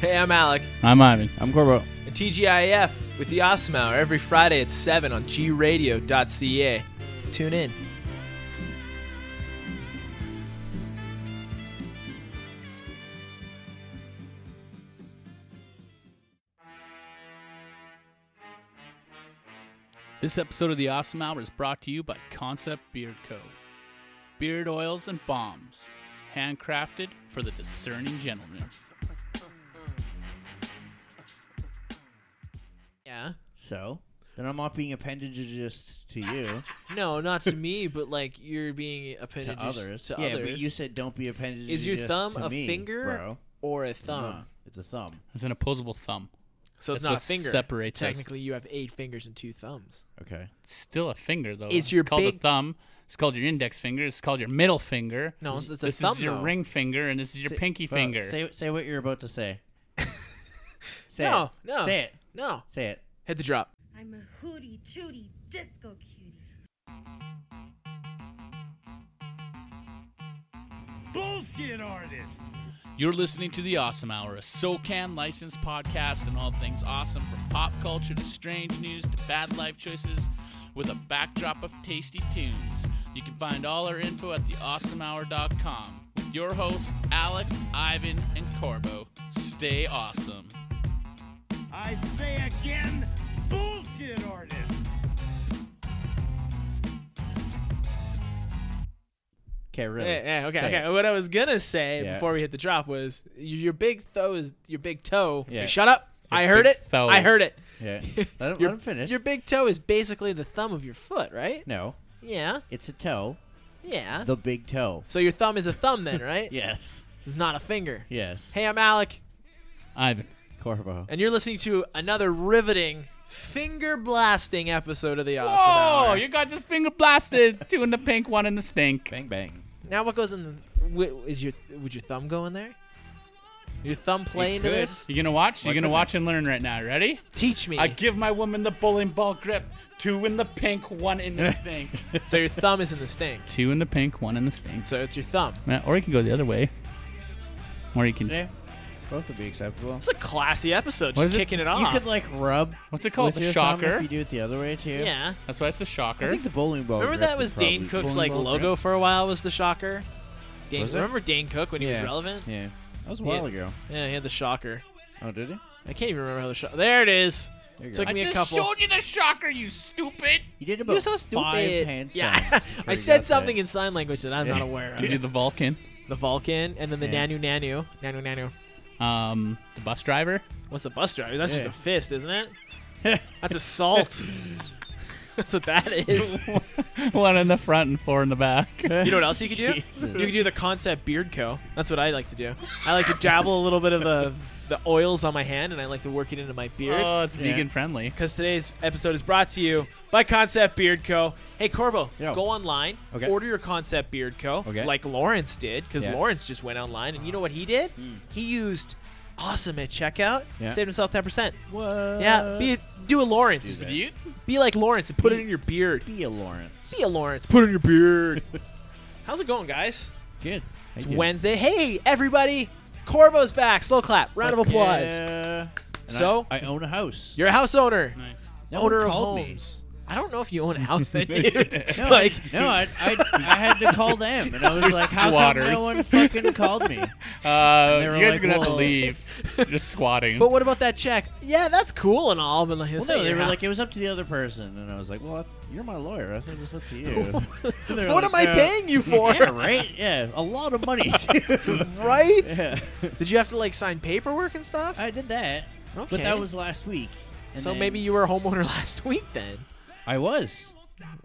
Hey, I'm Alec. I'm Ivan. I'm Corbo. And TGIF with the Awesome Hour every Friday at 7 on gradio.ca. Tune in. This episode of the Awesome Hour is brought to you by Concept Beard Co. Beard oils and bombs, handcrafted for the discerning gentleman. Yeah. So then I'm not being appendageist to you, No, not to me, but like you're being to appendageous others. To yeah, others. but you said don't be appendagegeist. Is your thumb to a me, finger bro? or a No, thumb? it's a thumb. It's an opposable thumb. So it's not That's a what finger. separates so us. technically, you have eight fingers and two thumbs. Okay. It's still a finger, though. Is your it's called big- a thumb. It's called your index finger. It's called your middle finger. No, it's, it's a this thumb. is your though. ring finger, and this is your Say- pinky bro, finger. Say say what you're about to say. say No, it. no. Say it. No. Say it. Hit the drop. I'm a hootie tootie disco cutie. bullshit artist. You're listening to The Awesome Hour, a SoCan licensed podcast on all things awesome from pop culture to strange news to bad life choices with a backdrop of tasty tunes. You can find all our info at theawesomehour.com with your hosts, Alec, Ivan, and Corbo. Stay awesome. I say again, bullshit artist. Okay. Really. Yeah, yeah, okay, Say okay. it. What I was gonna say Yeah. before we hit the drop was y- your big toe is your big toe. Yeah. Shut up! I heard big it. toe. I heard it. Yeah. Let him, Your- let him finish. Your big toe is basically the thumb of your foot, right? No, Yeah, it's a toe. yeah. The big toe. so your thumb is a thumb then, right? Yes. It's not a finger. Yes. Hey, I'm Alec, Ivan. Corvo. and you're listening to another riveting, finger blasting episode of the Awesome Oh, Hour. you got just finger blasted. Two in the pink, one in the stink. Bang bang. Now, what goes in? The, wi- is your would your thumb go in there? Your thumb play into could. this? You gonna watch? You What gonna could- watch and learn right now. Ready? Teach me. I give my woman the bowling ball grip. Two in the pink, one in the stink. so your thumb is in the stink. Two in the pink, one in the stink. So it's your thumb. Man, or you can go the other way. Or you can. Yeah. Both would be acceptable. It's a classy episode. What Just is it? kicking it, You off. could like rub. What's it called? with The your thumb shocker? If you do it the other way too. yeah. That's why it's the I shocker. think the bowling ball. Remember grip that would was Dane Oh, probably- Cook's Bowling like ball logo for a while was the shocker. Dane, Was it? remember Dane Cook when he was Yeah. relevant? Yeah. That was a Yeah. while ago. Yeah, he had the shocker. Oh, did he? I can't even remember how the shocker. There it is. There you Took go. me I a just couple. showed you the shocker, you stupid. You did about You're so stupid. five hand yeah, signs before I you said got something that. in sign language that I'm not Yeah. aware You do of. the Vulcan, The Vulcan and then the Yeah. Nanu Nanu Nanu Nanu. um, the bus driver. What's a bus driver? That's just Yeah. a fist, isn't it? That's assault. That's what that is. one in the front and four in the back. You know what else you could do? You could do the concept beard co. That's what I like to do. I like to dabble a little bit of the the oils on my hand, and I like to work it into my beard. Oh, it's Yeah. vegan friendly. Because today's episode is brought to you by Concept Beard Co. Hey Corbo, Yo. go online, Okay. order your Concept Beard Co. Okay. Like Lawrence did, because Yeah. Hmm. Lawrence just went online, and you know what he did? He used awesome at checkout, Yeah. saved himself ten percent. What? Yeah, be a, do a Lawrence, Do that. You? be like Lawrence and put it Be- in your beard. Be a Lawrence. Be a Lawrence, put it in your beard. How's it going, guys? Good. It's Wednesday. Hey, everybody! Corvo's back. Slow clap. Round of applause. Yeah. And So? I, I own a house. You're a house owner, Nice. No one owner of called me. homes. I don't know if you own a house then, No, dude. No, like, I, no, I, I, I had to call them, and I was You're like, "How come squatters. no one fucking called me?" Uh, they you were guys are like, gonna have to "Well-" leave. You're just squatting. but what about that check? Yeah, that's cool and all, but like, Well, it's no, not they your were like, house. "It was up to the other person," and I was like, "Well, you're my lawyer. I thought it was up to you." And they were what like, am I "Uh, paying you for? Yeah, right. Yeah, a lot of money. too. right? yeah. Did you have to like sign paperwork and stuff? I did that, but Okay. that was last week. and so then- maybe you were a homeowner last week then. I was.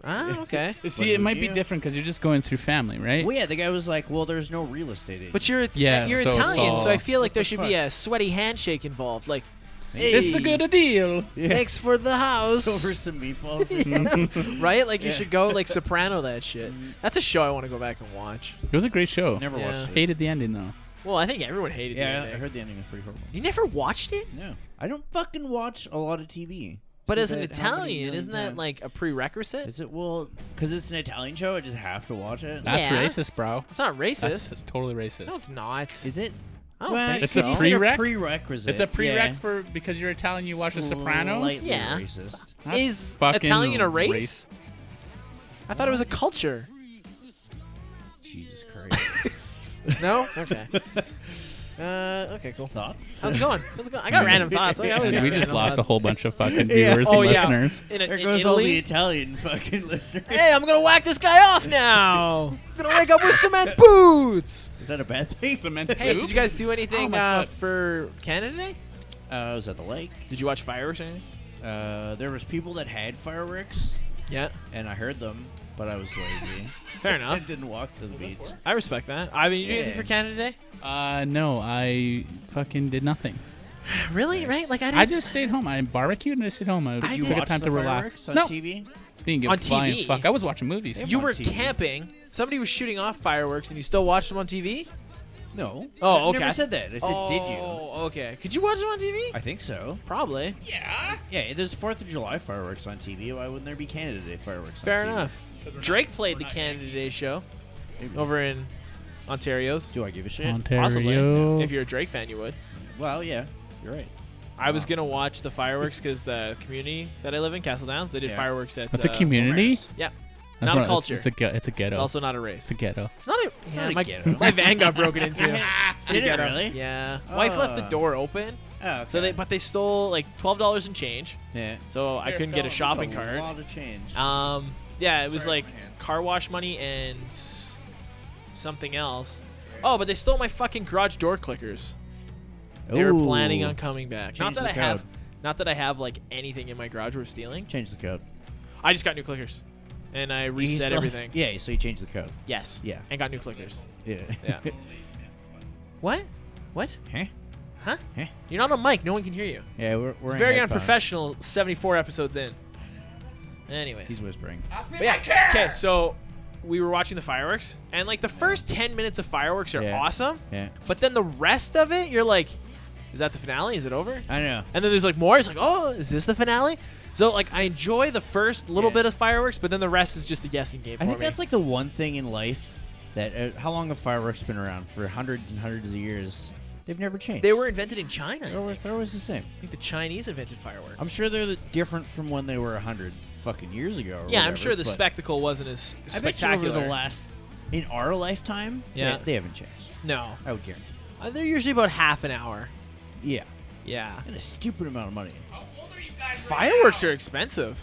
Ah, okay. See, it But- might be Yeah. different because you're just going through family, right? Well, yeah, the guy was like, "Well, there's no real estate agent." But you're Yeah, you're so it's Italian, so I all- feel like What there the should fuck? be a sweaty handshake involved. Like, hey, This is a good deal. Thanks for the house. over some meatballs. and right? Like you Yeah. should go like Soprano that shit. That's a show I want to go back and watch. It was a great show. Never Yeah. watched it. Hated the ending though. Well, I think everyone hated Yeah, the I ending. heard the ending was pretty horrible. You never watched it? No, I don't fucking watch a lot of TV. But Said as an that how many Italian, million isn't that times. like a prerequisite? It's, Is it well? Because it's an Italian show, I just have to watch it. Yeah. That's racist, bro. not racist. That's totally racist. no, it's not. Is it? I don't Well, think It's so. a you pre- need prereq? prerequisite. It's a prereq yeah. for because you're Italian, you watch The Sopranos. Slightly Yeah. racist. That's Is fucking Italian a race? race. I thought it was a culture. Jesus Christ. No? Okay. Uh, okay, cool. Thoughts? How's it going? How's it going? I got random thoughts. I always got we just random lost a thoughts. whole bunch of fucking Yeah. viewers Oh and yeah. listeners. In, There in goes all the Italy. Eh. Italian fucking listeners. Hey, I'm gonna whack this guy off now. He's gonna wake up with cement boots. Is that a bad thing? Cement Hey, did boobs? you guys do anything my uh, fuck. for Canada Day? Uh, I was at the lake. Did you watch fireworks or anything? Uh, there was people that had fireworks, Yeah. and I heard them, but I was lazy. Fair I enough. didn't walk to the beach. I respect that. I mean, you do anything Yeah. for Canada Day? Uh, no, I fucking did nothing. Really? Right? Like I didn't. I just stayed home. I barbecued and I stayed home. I Did took you a time the to fireworks relax. on no, TV? didn't give On a flying TV? fuck. I was watching movies. you on were TV. camping. Somebody was shooting off fireworks, and you still watched them on TV. No. Oh, I okay. never said that. I said, did you? Oh, okay. Could you watch them on TV? I think so. Probably. Yeah, there's Fourth of July fireworks on TV. Why wouldn't there be Canada Day fireworks? Fair on TV? enough. Drake played the Canada Day show over in Ontario's. Do I give a shit? Ontario. Possibly. If you're a Drake fan, you would. Well, yeah, you're right. I was gonna watch the fireworks because the community that I live in, Castle Downs, they did Yeah. fireworks at. That's a uh, community. That's Yeah, That's not one- a culture. It's, it's a ge- it's a ghetto. It's also not a race. It's a ghetto. It's not a. Yeah, not a my, ghetto. my van got broken into. It's pretty Did it ghetto. really? Yeah. Wife left the Ah. door open, Oh, okay. so they but they stole like twelve dollars in change, yeah. so I Fair couldn't get a felony. shopping That's a cart. lot of change. Um, yeah, it was Sorry, like my hand. car wash money and s- something else. Oh, but they stole my fucking garage door clickers. They were planning Ooh. on coming back. Change not that the I have, code. not that I have like anything in my garage we're stealing. Change the code. I just got new clickers, and I You reset still- everything. Yeah, so you change the code. Yes. Yeah. And got new clickers. Yeah. Yeah. What? What? huh? Huh? Huh? You're not on mic. No one can hear you. Yeah, we're, we're It's in very headphones. unprofessional. 74 episodes in. Anyways. He's whispering. But yeah, okay, so we were watching the fireworks, and like the first 10 minutes of fireworks are Yeah. awesome, Yeah. but then the rest of it, you're like, is that the finale? Is it over? I know. And then there's like more. It's like, oh, is this the finale? So like, I enjoy the first little Yeah. bit of fireworks, but then the rest is just a guessing game. I for think me. that's like the one thing in life that uh, how long have fireworks been around for hundreds and hundreds of years? They've never changed. they were invented in China. They're always, they're always the same. I think the Chinese invented fireworks. I'm sure they're the- different from when they were hundred fucking years ago. or Yeah, I'm whatever, sure the but spectacle wasn't as I bet you spectacular. over the last in our lifetime, they- Yeah. they, haven't changed. no, I would guarantee. Uh, they're usually about half an hour. Yeah, Yeah, and a stupid amount of money. Oh, fireworks are expensive.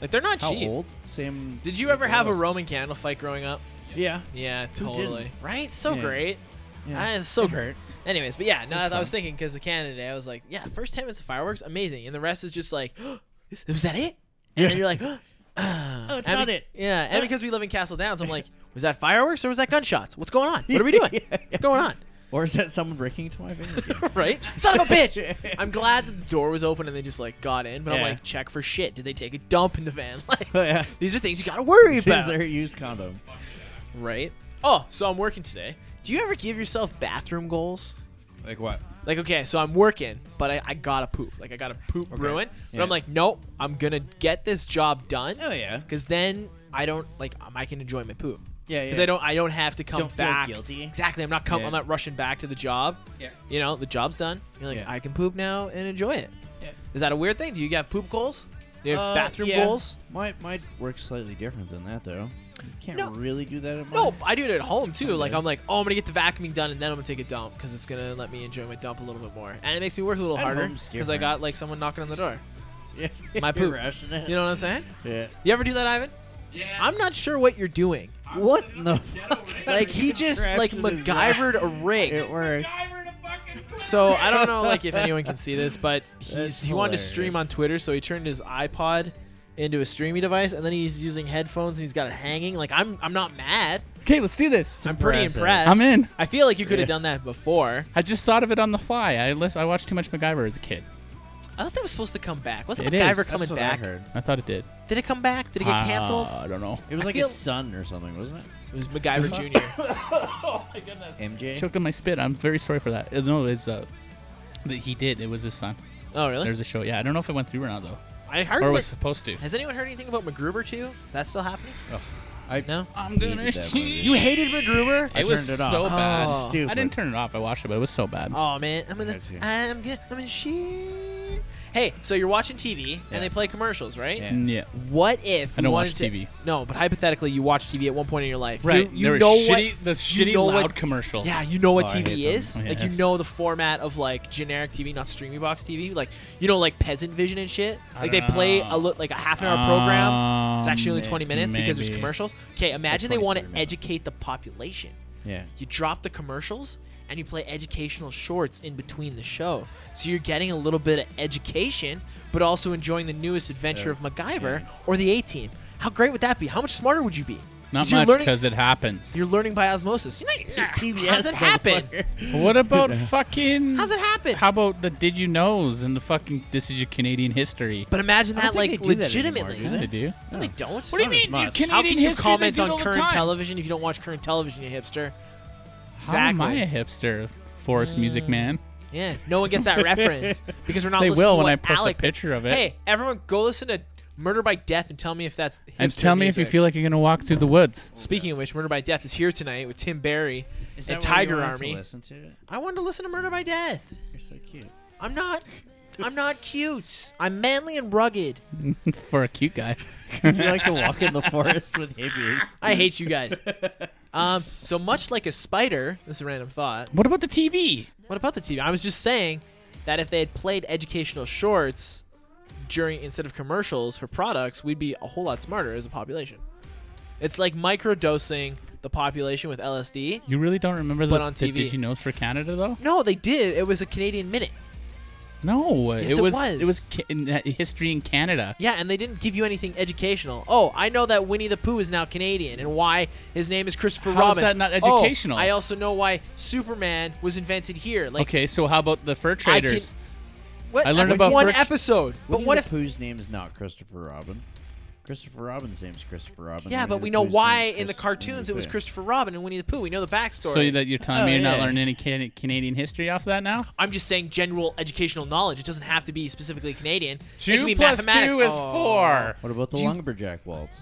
Like they're not How cheap. old? Same. Did you ever have a rope? Roman candle fight growing up? Yeah. Yeah, didn't? totally. Right? So Yeah. great. yeah. Ah, it's so It great. hurt. Anyways, but yeah, no, It's I, I was fun. thinking because of Canada, I was like, yeah, first 10 minutes of fireworks, amazing. And the rest is just like, was that it? And then you're like, oh, Oh, it's not it. Yeah, and because we live in Castle Downs, I'm like, was that fireworks or was that gunshots? What's going on? What are we doing? Yeah. What's going on? Or is that someone breaking into my finger? Right? Son of a bitch! I'm glad that the door was open and they just like got in, but I'm Yeah. like, check for shit. Did they take a dump in the van? Like, yeah. these are things you gotta worry Is about. there a used condom? Right. Oh, so I'm working today. Do you ever give yourself bathroom goals? Like what? Like, okay, so I'm working, but I, I gotta poop. Like, I gotta poop Okay. ruin. But Yeah. I'm like, nope, I'm gonna get this job done. Oh yeah. Because then I don't like um, I can enjoy my poop. Yeah, Because yeah. I don't I don't have to come Don't feel back. guilty. Exactly. I'm not com- Yeah. I'm not rushing back to the job. Yeah. You know, the job's done. You're like, Yeah. I can poop now and enjoy it. Yeah. Is that a weird thing? Do you have poop goals? Do you have Uh, bathroom yeah. goals? My my work's slightly different than that though. You can't No. really do that at mine. No, I do it at home too. Like Okay. I'm like, oh, I'm gonna get the vacuuming done, and then I'm gonna take a dump because it's gonna let me enjoy my dump a little bit more, and it makes me work a little At harder home's because I different. got like someone knocking on the door. Yeah. My You're poop. rushing it. You know what I'm saying? Yeah. You ever do that, Ivan? Yeah. I'm not sure what you're doing. What in the fuck? Like he just like Scratching his MacGyvered a It rig. works. So I don't know like if anyone can see this, but he's That's he wanted to stream hilarious. on Twitter, so he turned his iPod into a streaming device, and then he's using headphones and he's got it hanging. Like I'm I'm not mad. Okay, let's do this. I'm pretty impressed. impressive. I'm in. I feel like you could have Yeah. done that before. I just thought of it on the fly. I list, I watched too much MacGyver as a kid. I thought that was supposed to come back. Wasn't It MacGyver is. coming That's what back? I heard. Ah. I thought it did. Ah, Did it come back? Did it get canceled? I don't know. It was I like feel- a son or something, wasn't it? it was MacGyver Jr. MJ. Choked on my spit. I'm very sorry for that. Uh, No, it's uh, that he did. It was his son. Oh, really? There's a show. Yeah, I don't know if it went through or not though, I heard. or Mac- was supposed to. has anyone heard anything about MacGruber 2? Is that still happening? I No? I'm gonna Hated that movie. You hated MacGruber? I It was turned it off. so bad. Oh. Stupid. I didn't turn it off. I watched it, but it was so bad. Oh man, I'm gonna, Got you. I'm gonna, I'm gonna shoot. Hey, so you're watching TV Yeah. and they play commercials, right? Yeah. Yeah. What if you I wanted don't watch to- TV. No, but hypothetically, you watch TV at one point in your life. Right. You, you there were know shitty, what? the you shitty know loud what- commercials. Yeah, you know what Oh, I hate TV them. is. Oh, Like you yes. know the format of like generic TV, not streaming box TV. Like you know, like Peasant Vision and shit. I Like they don't play know. a lo- like a half an hour program. It's Um, actually only may- 20 minutes because there's maybe. commercials. Okay, imagine they want to 20 minutes. educate the population. Yeah. You drop the commercials and you play educational shorts in between the show. So you're getting a little bit of education, but also enjoying the newest adventure Yeah. of MacGyver or the A Team. How great would that be? How much smarter would you be? Not you're much learning- because it happens. You're learning by osmosis. You know, PBS, how's it happen? What about fucking? How's it happen? How about the did you knows and the fucking this is your Canadian history? But imagine I don't that, like, think they do that legitimately. anymore, Yeah, they do. No, they don't. What do you Not as mean? Your much. Canadian How can you history, comment they do it on all the current time. television if you don't watch current television, you hipster? How am I a hipster? Forest Mm. music man. Yeah, no one gets that reference because we're not. They listening will to when what I post a Alec- picture of it. Hey, everyone, go listen to "Murder by Death" and tell me if that's. And hipster tell me if you music. feel like you're gonna walk through the woods. Speaking of which, "Murder by Death" is here tonight with Tim Barry and Tiger Army. listen to it? I wanted to listen to "Murder by Death." You're so cute. I'm not. I'm not cute. I'm manly and rugged. For a cute guy. Does he like to walk in the forest with hippies? I hate you guys. Um, so much like a spider, this is a random thought. What about the TV? What about the TV? I was just saying that if they had played educational shorts during instead of commercials for products, we'd be a whole lot smarter as a population. It's like microdosing the population with LSD. You really don't remember the, But on the TV. did you knows for Canada though? No, they did. It was a Canadian minute. No, Yes, it, it was, was. it was ca- in, uh, history in Canada. Yeah, and they didn't give you anything educational. Oh, I know that Winnie the Pooh is now Canadian and why his name is Christopher How is Robin. that not Oh, educational? I also know why Superman was invented here. Like okay, so how about the fur I can- traders? what? I learned That's about one first- episode. But Winnie what the if Pooh's name is not Christopher Robin? Christopher Robin's name's Christopher Robin. Yeah, Winnie but the we know Pooh's why name's in the Christopher- cartoons it was Winnie the Pooh. Christopher Robin and Winnie the Pooh. We know the backstory. So that you're telling Oh, me you're not yeah. learning any can- Canadian history off that now? I'm just saying general educational knowledge. It doesn't have to be specifically Canadian. it can Two be plus mathematics. two is Oh. four. What about the Do you- lumberjack waltz?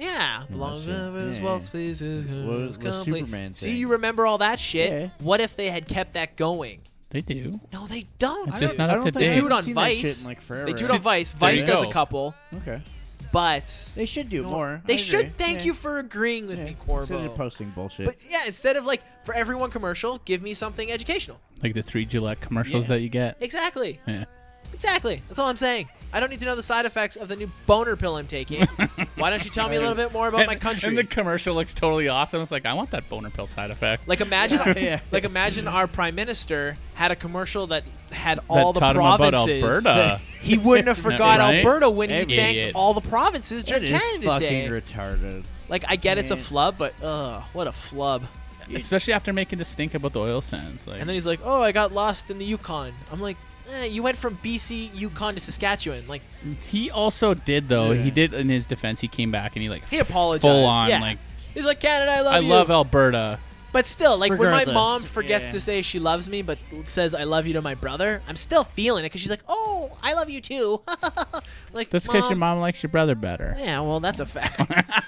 Yeah. Long that's it. numbers, Yeah. waltz, pieces, What was numbers, the complete. Superman See, thing? you remember all that shit. Yeah. What if they had kept that going? They do. No, they don't. It's I just don't- not I up to don't think they date. do it on I've seen that Vice. shit in, like, forever. they do it on Vice. There Vice you does go. a couple, Okay. but They should do more. they I agree. should thank Yeah. you for agreeing with Yeah. me, So they're Corvo. posting bullshit. but yeah, instead of like for every one commercial, give me something educational. Like the three Gillette commercials Yeah. that you get. Exactly. Yeah. Exactly. That's all I'm saying. I don't need to know the side effects of the new boner pill I'm taking. Why don't you tell me a little bit more about my country? And the commercial looks totally awesome. It's like, I want that boner pill side effect. like imagine, yeah. like imagine our prime minister had a commercial that had all the taught him about provinces. Alberta. He wouldn't have forgot Right? Alberta when he Idiot. thanked all the provinces That during is Canada Day. fucking retarded. like I get it's a Yeah. flub, but ugh, what a flub. Especially after making this stink about the oil sands. Like, And then he's like, "Oh, I got lost in the Yukon." I'm like, eh, "You went from BC, Yukon to Saskatchewan." Like he also did, though. He Yeah. did, in his defense, he came back and he, like, he apologized. full on, yeah. like, he's like, "Canada, I love I you." love Alberta. But still, like when my Regardless. mom forgets Yeah. to say she loves me, but says I love you to my brother, I'm still feeling it because she's like, "Oh, I love you too." like That's because your mom likes your brother better. Yeah, well, that's a fact.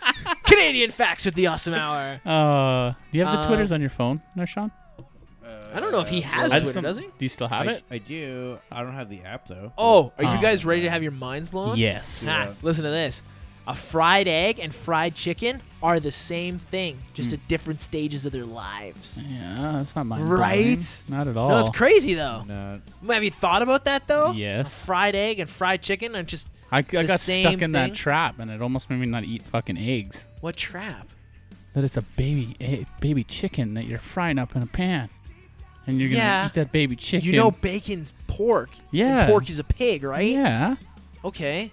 Canadian facts with the awesome hour. Uh, do you have the Uh, Twitters on your phone, there, Sean? I don't know if he has I Twitter, just don't- does he? Do you still have I, it? I do. I don't have the app though. Oh, are Oh. you guys ready to have your minds blown? Yes. Ha, Yeah. listen to this. A fried egg and fried chicken are the same thing, Hmm. just at different stages of their lives. Yeah, that's not mine. Right? Not at all. No, it's crazy though. No. Have you thought about that though? Yes. A fried egg and fried chicken are just I, I got same stuck in that thing? trap, and it almost made me not eat fucking eggs. what trap? That it's a baby egg, baby chicken that you're frying up in a pan, and you're gonna Yeah. eat that baby chicken. You know bacon's pork. and Yeah. pork is a pig, right? yeah. Okay.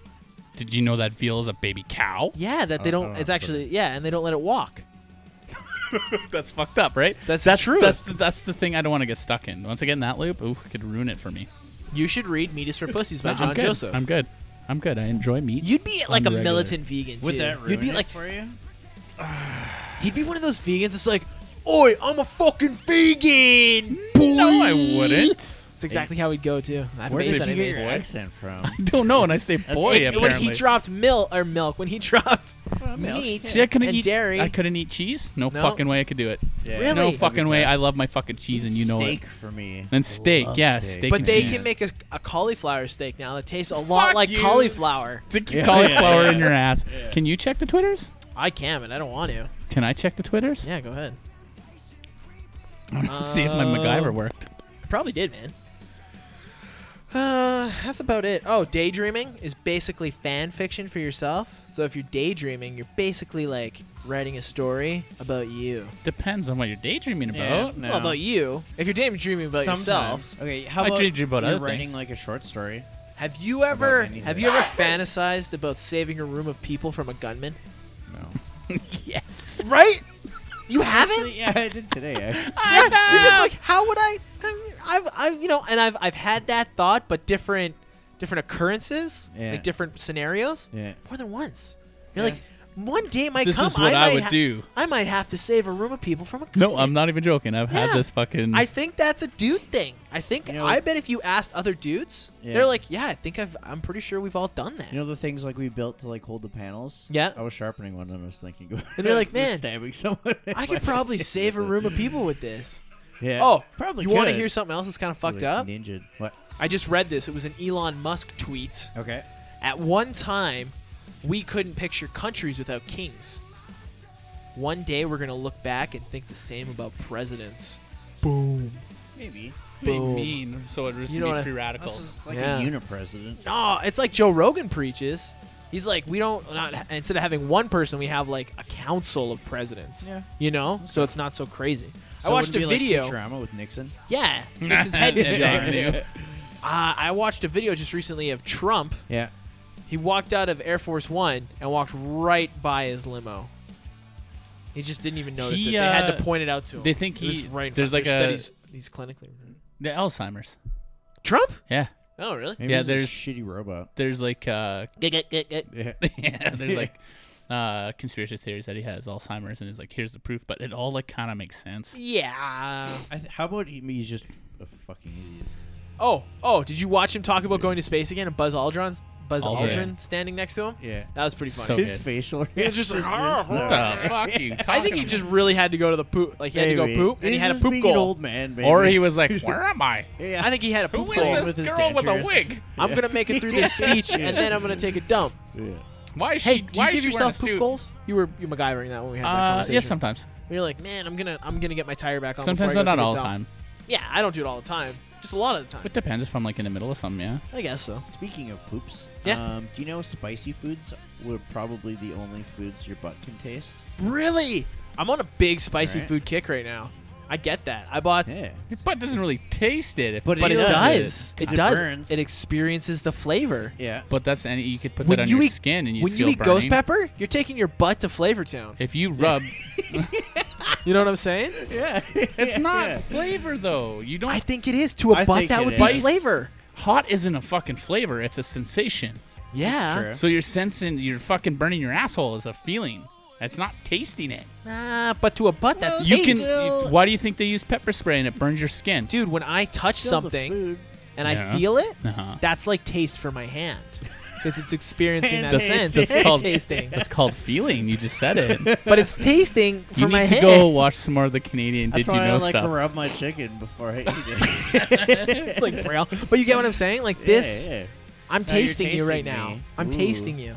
Did you know that veal is a baby cow? Yeah, that they I don't- don't. I don't it's know. actually yeah, and they don't let it walk. That's fucked up, right? That's that's true. That's the, that's the thing I don't want to get stuck in. Once I get in that loop, ooh, it could ruin it for me. You should read Meat is for Pussies by No, John I'm good. Joseph. I'm good. I'm good. I enjoy meat. You'd be like a I'm regular. militant vegan too. Would that ruin You'd be it like for you? he'd be one of those vegans that's like, "Oi, I'm a fucking vegan." Boy. no, I wouldn't. It's exactly how he'd go too. That Where face did you that he get made, your boy. accent from? I don't know, and I say boy And when apparently. he dropped milk or milk, when he dropped meat See, I couldn't and eat dairy, I couldn't eat cheese. No, No. fucking way I could do it. Yeah. Really? No That'd be fucking way. good. I love my fucking cheese, and you know steak it. for me. And steak, love yeah, steak. steak. but and they cheese. can make a, a cauliflower steak now that tastes a lot Fuck like you. cauliflower. Stick your Yeah. cauliflower Yeah. in your ass. Can you check the twitters? I can, but I don't want to. Can I check the twitters? Yeah, go ahead. I wanna See if my MacGyver Um, worked. I probably did, man. Uh, that's about it. Oh, daydreaming is basically fan fiction for yourself. So if you're daydreaming, you're basically like writing a story about you. Depends on what you're daydreaming Yeah. about. No. Well, about you. If you're daydreaming about Sometimes. yourself, Okay, how I about dreamed about you're other writing things. like a short story? have you ever anything. have you ever fantasized about saving a room of people from a gunman? No. yes. Right? You haven't? yeah, I did today. Actually. Yeah, you're just like, how would I? I've, I've, you know, and I've, I've had that thought, but different, different occurrences, Yeah. like different scenarios, yeah. more than once. You're Yeah. like, one day might This come. is what I might would ha- do. I might have to save a room of people from a. No, gunman." I'm not even joking. I've Yeah. had this fucking. I think that's a dude thing. I think You know- I bet if you asked other dudes, Yeah. they're like, "Yeah, I think I've. I'm pretty sure we've all done that." You know the things like we built to like hold the panels. Yeah. I was sharpening one of them. I was thinking, about And you're like, just "Man, stabbing someone." I could probably save a room of people with this. Yeah. Oh, probably. You want to hear something else that's kind of fucked up? Ninja. What? I just read this. It was an Elon Musk tweet. Okay. At one time, we couldn't picture countries without kings. One day, we're going to look back and think the same about presidents. Boom. Maybe. Boom. being mean, so it was You know what I- free radicals. This is like Yeah. a unipresident. No, it's like Joe Rogan preaches. He's like, we don't, not, instead of having one person, we have like a council of presidents. Yeah. You know? So it's not so crazy. So I it watched a wouldn't be video. Like Futurama with Nixon. yeah. Nixon's head in a jar. Yeah. Uh, I watched a video just recently of Trump. Yeah. He walked out of Air Force One and walked right by his limo. He just didn't even notice He, it. They had uh, to point it out to him. they think It was he- right in there's front- like which that a- he's, he's clinically The Alzheimer's. Trump. Yeah. Oh really? Maybe Yeah, it's a there's- shitty robot. There's like uh, Yeah. yeah, there's like uh, conspiracy theories that he has Alzheimer's and is like, here's the proof, but it all like kind of makes sense. Yeah. I th- how about he, he's just a fucking idiot? Oh oh, did you watch him talk about going to space again and Buzz Aldrin's Buzz Aldrin. Aldrin, standing next to him? Yeah. That was pretty funny. So- His good. facial uh, reaction. just like, "Ah, What the fuck you talking I think he about? just really had to go to the poop. Like he had to go poop, and he had a poop goal. old man, baby. Or he was like, where am I? Yeah. I think he had a poop Who goal. is this With his girl with a dentures. wig? I'm gonna make it through this speech, and then I'm gonna take a dump. Yeah. Why is Hey, she? do Why you give is she wearing a yourself poop suit? goals? You were you MacGyvering that when we had that Uh, conversation. yeah, sometimes. You're like, man, I'm gonna I'm gonna get my tire back on. Sometimes, before but I go not to all the dump." time. Yeah, I don't do it all the time. Just a lot of the time. It depends if I'm like in the middle of something. Yeah. I guess so. Speaking of poops, Yeah. um, do you know spicy foods were probably the only foods your butt can taste? Really, I'm on a big spicy Alright. food kick right now. I get that. I bought, Yeah. Your butt doesn't really taste it, if, But but it Yeah. does. Yeah. It 'Cause it does. burns. It experiences the flavor. Yeah. But that's any you could put that on you your eat skin and you when feel you eat burning. ghost pepper, you're taking your butt to Flavortown. If you rub, You know what I'm saying? Yeah. it's not flavor though. You don't. I think it is to a I butt think that it would be is. flavor. hot isn't a fucking flavor. It's a sensation. Yeah. true. So you're sensing you're fucking burning your asshole is a feeling. That's not tasting it. Nah, Ah, but to a butt that's You can. taste. you- why do you think they use pepper spray and it burns your skin? Dude, when I touch Still the something, food. and Yeah. I feel it, Uh-huh. that's like taste for my hand. Because it's experiencing that Hand sense. tasting. It's That's called called tasting. That's called feeling. You just said it. But it's tasting for you my need to hand. go watch some more of the Canadian That's Did why You Know I like stuff. to rub my chicken before I eat it. It's like braille. But you get what I'm saying? Like this, Yeah, yeah. I'm So you're tasting you right tasting now. me. I'm Ooh. tasting you.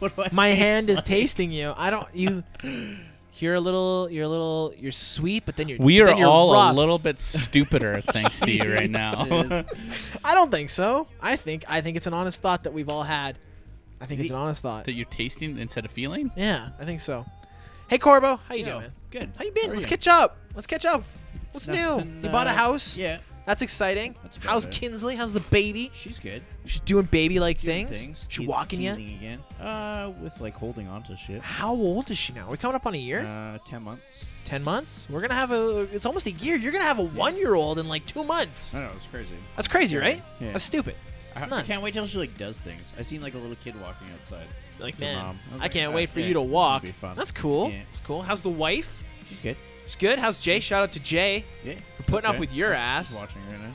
What do I My taste hand is like? tasting you. I don't you. You're a little. You're a little. You're sweet, but then you're. We are then you're all rough. a little bit stupider thanks to you right now. I don't think so. I think. I think it's an honest thought that we've all had. I think it's an honest thought. that you're tasting instead of feeling. Yeah, I think so. Hey Corbo, how you Yo, doing? man? good. How you been? How are Let's you? catch up. Let's catch up. What's Nothing, new? You bought a uh, house. Yeah. That's exciting. That's about How's it. Kinsley? How's the baby? She's good. She's doing baby like Doing things. things. She Teeth- walking yet? teething again. Uh, with like holding on to shit. How old is she now? We're coming up on a year. Uh, ten months. Ten months. We're gonna have a. It's almost a year. You're gonna have a one-year-old in like two months. I don't know. It's crazy. That's crazy, Yeah. right? Yeah. That's stupid. It's I, I nuts. can't wait till she like does things. I seen like a little kid walking outside. Like Her man, mom. I I, was like, can't uh, wait for yeah, you to this is gonna walk. be fun. That's cool. Yeah. It's cool. How's the wife? She's good. It's good. How's Jay? Shout out to Jay. Yeah. We're putting up with your She's ass. watching right now.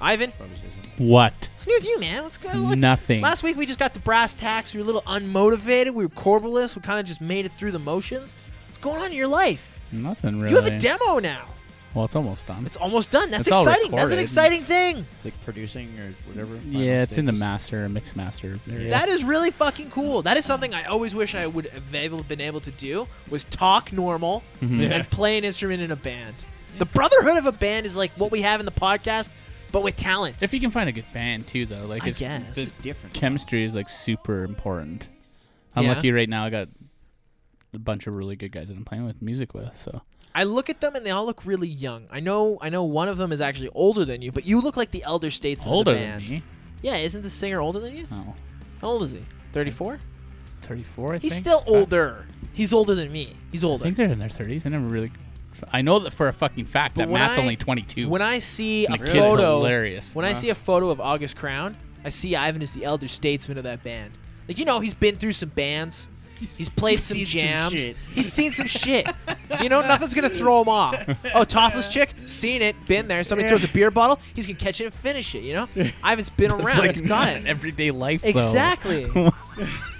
Ivan, Probably says something. What? what's new with you, man? What's good? Like, Nothing. Last week we just got the brass tacks. We were a little unmotivated. We were corvalous. We kind of just made it through the motions. What's going on in your life? Nothing really. You have a demo now. Well, it's almost done. It's almost done. That's It's all exciting. That's an recorded. exciting thing. It's like producing or whatever. yeah, final it's in the stages. master, mix master. area. That is really fucking cool. That is something I always wish I would have able- been able to do was talk normal Mhm. and play an instrument in a band. The brotherhood of a band is like what we have in the podcast, but with talent. If you can find a good band too, though, like I it's, guess. the Different. chemistry is like super important. I'm Yeah. lucky right now. I got a bunch of really good guys that I'm playing with music with. So I look at them and they all look really young. I know, I know, one of them is actually older than you, but you look like the elder statesman. of older the than band. me. Yeah, isn't the singer older than you? Oh, How old is he? Thirty-four. it's 34. I He's think. still Uh, older. He's older than me. He's I older. think they're in their 30s. I never really. I know that for a fucking fact But that when Matt's I- only 22. When I see a And the kid's photo, hilarious. when I see a photo of August Crown, I see Ivan is the elder statesman of that band. Like you know, he's been through some bands, he's played some seen some jams, shit. he's seen some shit. You know, nothing's gonna throw him off. Oh, topless chick, seen it, been there. Somebody throws a beer bottle, he's gonna catch it and finish it. You know, Ivan's been It's around, like he's got not it. everyday life. though. Exactly.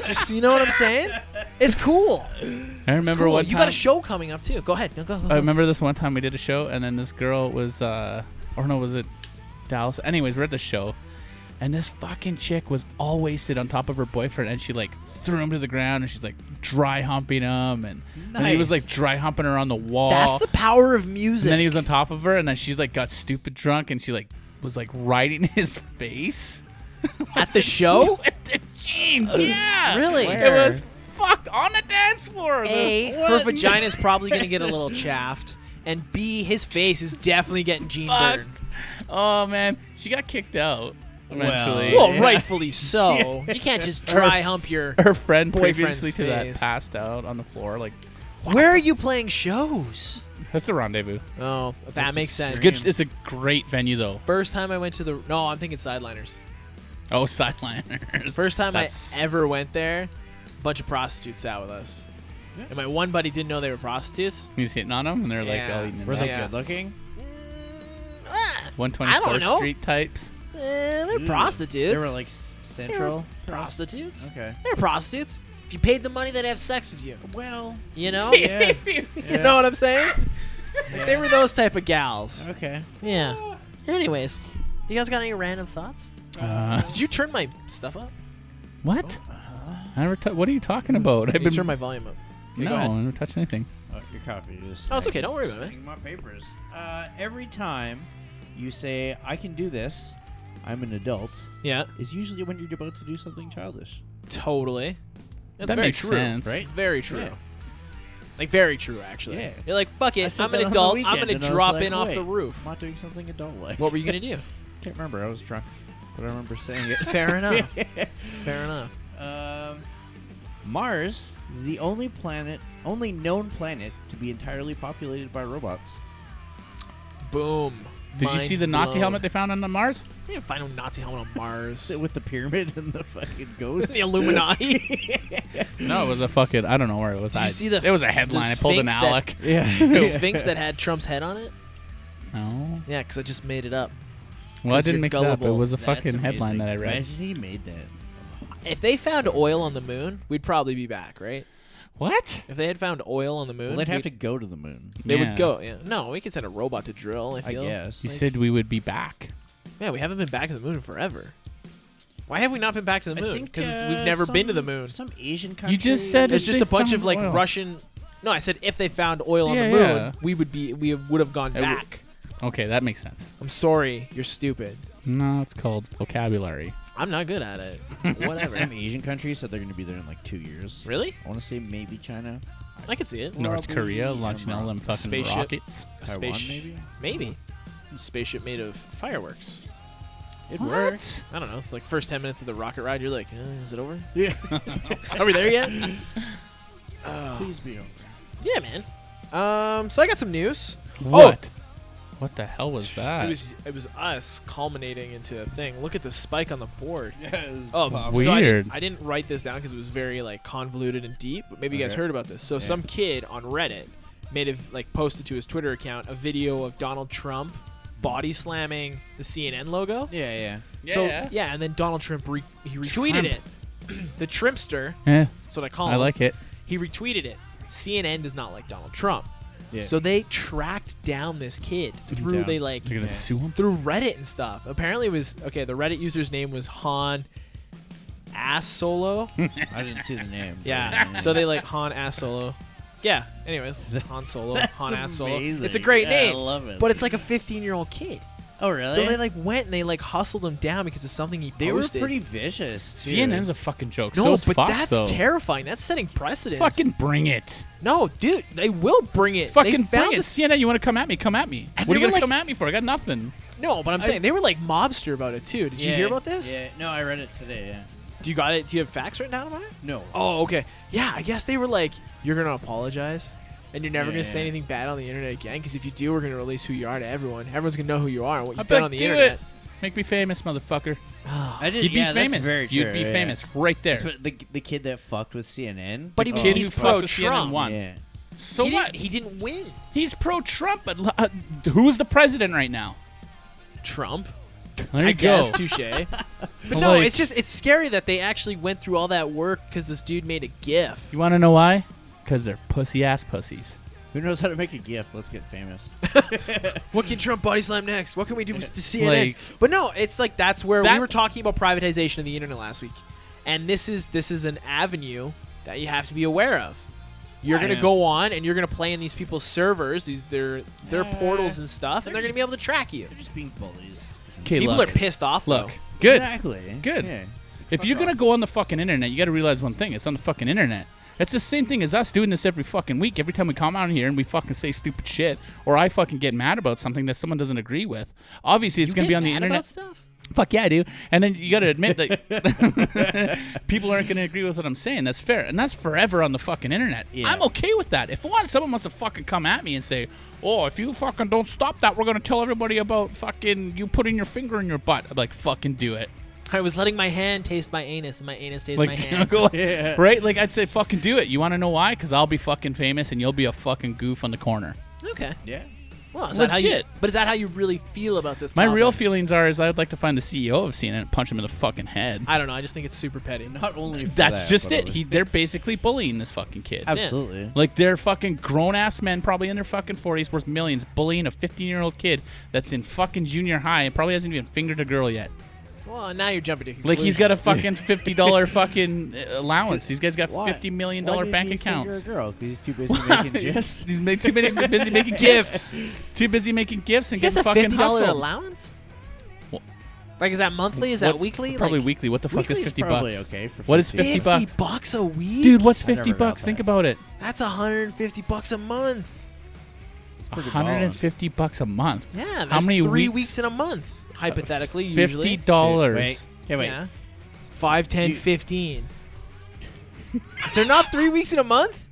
Just- you know what I'm saying? It's cool. I remember cool. one you time. got a show coming up too. Go ahead. No, go, go, I go. remember this one time we did a show, and then this girl was, uh, or no, was it Dallas? Anyways, we're at the show, and this fucking chick was all wasted on top of her boyfriend, and she like threw him to the ground, and she's like dry humping him, and, and he was Nice. like dry humping her on the wall. That's the power of music. and then he was on top of her, and then she's like got stupid drunk, and she like was like riding his face. at the show. With the jeans, yeah, Uh, Really? it was fucked on the dance floor. The- A, her what? vagina's probably gonna get a little chaffed, and B, his face is definitely getting gene Fuck. burned. Oh man, she got kicked out eventually. Well, Yeah. rightfully so. You can't just dry hump your. Her friend Boyfriend's previously to face. that passed out on the floor. Like Where are you playing shows? that's the rendezvous. Oh, that makes sense. It's good. It's a great venue though. First time I went to the no, I'm thinking sideliners. Oh, sideliners. First time That's- I ever went there, a bunch of prostitutes sat with us, and my one buddy didn't know they were prostitutes. He was hitting on them, and they're like Yeah. all eating. Were Yeah. they Like good looking? Mm, one I twenty don't fourth know. Street types. Eh, ah, uh, they're Mm. prostitutes. They were like s- central. prostitutes. Okay. They're prostitutes. If you paid them money, they'd have sex with you. Well. You know? Yeah. You know what I'm saying? Like, They Yeah. were those type of gals. Okay. Yeah. Anyways, you guys got any random thoughts? Uh, Did you turn my stuff up? what? uh-huh. I never. T- what are you talking about? I've Did you been. turn my volume up? no, go ahead. I never touched anything. Oh, your coffee is. Oh, it's okay, don't worry about it. Spitting My papers. Uh, every time you say I can do this, I'm an adult, Yeah, is usually when you're about to do something childish. totally. That's That very makes true, sense. right? Very true. Yeah. Like very true, actually. Yeah. You're like, fuck I it, said I'm that an on the adult. I'm weekend, gonna and I was drop like, in off wait, the roof. I'm not doing something adult-like. What were you gonna do? Can't remember. I was drunk, but I remember saying Fair enough. it. Fair enough. um, Mars is the only planet, only known planet to be entirely populated by robots. Boom. Did you see the Nazi helmet they found on the Mars? We didn't find no Nazi helmet on Mars. With the pyramid and the fucking ghost. the Illuminati. No, it was a fucking. I don't know where it was. Did you I, see the- It was the a headline. I pulled an Sphinx that- Alec. the yeah. Sphinx that had Trump's head on it. No. Yeah, because I just made it up. Well, I 'Cause didn't you're make it up. gullible. It was a That's fucking amazing. headline that I read. Imagine he made that. If they found oil on the moon, we'd probably be back, right? What? If they had found oil on the moon, Well, they'd have we'd- to go to the moon. They Yeah. would go. Yeah. No, we could send a robot to drill. I I feel. guess. You Like, said we would be back. Yeah, we haven't been back to the moon in forever. Why have we not been back to the I moon? think, Because uh, we've never been to the some- moon. Some Asian country. You just said It's if just they a bunch of found like oil. Russian. No, I said if they found oil on Yeah, the moon, yeah. we would be we would have gone I w- back. Okay, that makes sense. I'm sorry, you're stupid. No, it's called vocabulary. I'm not good at it. Whatever. Some Asian country said they're going to be there in like two years. really? I want to say maybe China. I could see it. North Probably Korea launching all them Iran. fucking Spaceship. rockets. A Taiwan, space- maybe? Maybe. Spaceship made of fireworks. It What? works. I don't know. It's like first ten minutes of the rocket ride. You're like, eh, is it over? Yeah. Are we there yet? Please Ah. be over. Yeah, man. Um, so I got some news. What? What the hell was that? It was it was us culminating into a thing. Look at the spike on the board. Oh, Oh, so I, Weird. didn't- I didn't write this down because it was very like convoluted and deep. But maybe you guys Okay. heard about this. So some kid on Reddit made a like posted to his Twitter account a video of Donald Trump body slamming the CNN logo. Yeah, yeah. Yeah. So yeah, and then Donald Trump re- he retweeted Trump. it. the Trimpster, Eh, that's what I call him. I like it. He retweeted it. CNN does not like Donald Trump. Yeah. So they tracked down this kid through down. they like They're gonna sue him. through Reddit and stuff. Apparently it was okay, the Reddit user's name was Han Ass Solo. I didn't see the name. but- Yeah. so they like Han Ass Solo. Yeah. Anyways, it's Han Solo, Han Ass Solo. It's a amazing. great Yeah, name. I love it. But it's like a 15-year-old kid. oh really? So they like went and they like hustled him down because of something he they were posted. pretty vicious. Too. CNN's a fucking joke. no, so is but Fox, that's though. terrifying. That's setting precedence. Fucking bring it. no, dude, they will bring it. They Fucking found bring it. this- CNN, you want to come at me? Come at me. And What they are were you gonna like- come at me for? I got nothing. No, but I'm saying they were like mobster about it too. Did you Yeah, hear about this? Yeah. No, I read it today. Yeah. Do you got it? Do you have facts written down about it? No. Oh, okay. Yeah, I guess they were like, "You're gonna apologize, and you're never Yeah, gonna say yeah. anything bad on the internet again, because if you do, we're gonna release who you are to everyone. Everyone's gonna know who you are and what I'd you've be done like, on the do internet." it. Make me famous, motherfucker. I did. You'd be yeah, that's famous. very You'd true, be yeah. famous right there. That's what the the kid that fucked with CNN. But he The was kid he's who fucked with CNN pro-Trump. won. yeah. So he what? Didn't, he didn't win. He's pro Trump, but uh, who's the president right now? Trump. There you I guess go. touche. But But no, like- it's just it's scary that they actually went through all that work because this dude made a GIF. You want to know why? Because they're pussy ass pussies. Who knows how to make a gift? Let's get famous. What can Trump body slam next? What can we do to CNN? Like- but no, it's like that's where we That- were talking about privatization of the internet last week, and this is this is an avenue that you have to be aware of. You're gonna Yeah. go on and you're gonna play in these people's servers, these their their Yeah. portals and stuff, and they're gonna be able to track you. They're just being bullies. Okay, People look. are pissed off. Look, though. good. Exactly. Good. Yeah. If you're gonna go on the fucking internet, you gotta realize one thing: it's on the fucking internet. It's the same thing as us doing this every fucking week. Every time we come out here and we fucking say stupid shit, or I fucking get mad about something that someone doesn't agree with. Obviously, it's You gonna get be on the mad about internet. stuff. Fuck yeah, I do. And then you gotta admit that people aren't gonna agree with what I'm saying. That's fair, and that's forever on the fucking internet. Yeah. I'm okay with that. If one someone wants to fucking come at me and say, "Oh, if you fucking don't stop that, we're gonna tell everybody about fucking you putting your finger in your butt," I'm like, fucking do it. I was letting my hand taste my anus, and my anus tastes my hand. go- Yeah. right? Like I'd say, fucking do it. You want to know why? Because I'll be fucking famous, and you'll be a fucking goof on the corner. okay. Yeah. Well, is that how you, Legit. but is that how you really feel about this? My real topic? feelings are is I'd like to find the CEO of CNN and punch him in the fucking head. I don't know. I just think it's super petty. Not only. For That's that, just but it. was- He, they're basically bullying this fucking kid. Absolutely. Like they're fucking grown ass men, probably in their fucking forties, worth millions, bullying a fifteen year old kid that's in fucking junior high and probably hasn't even fingered a girl yet. Well, now you're jumping to Like conclusions. he's got a fucking fifty dollar fucking uh, allowance. These guys got Why? fifty million Why dollar did bank he figure accounts. A girl, 'Cause he's too busy making gifs. He's ma- too busy, busy making gifts. Too busy making gifts and He has getting a fucking fifty dollar hustled. allowance. Wha- Like, is that monthly? Is that What's- weekly? Probably like, weekly. What the fuck is Weekly's fifty probably bucks? okay for What is 50. fifty bucks? a week, Dude, what's I fifty never got bucks? Think that. about it. That's hundred and fifty bucks a month. It's pretty hundred and ballin'. fifty bucks a month. Yeah, How there's many three weeks? in Uh, a month? Hypothetically, usually Fifty dollars. Wait. Okay, wait. Yeah. Five, ten, Do you- fifteen. Is there not three weeks in a month?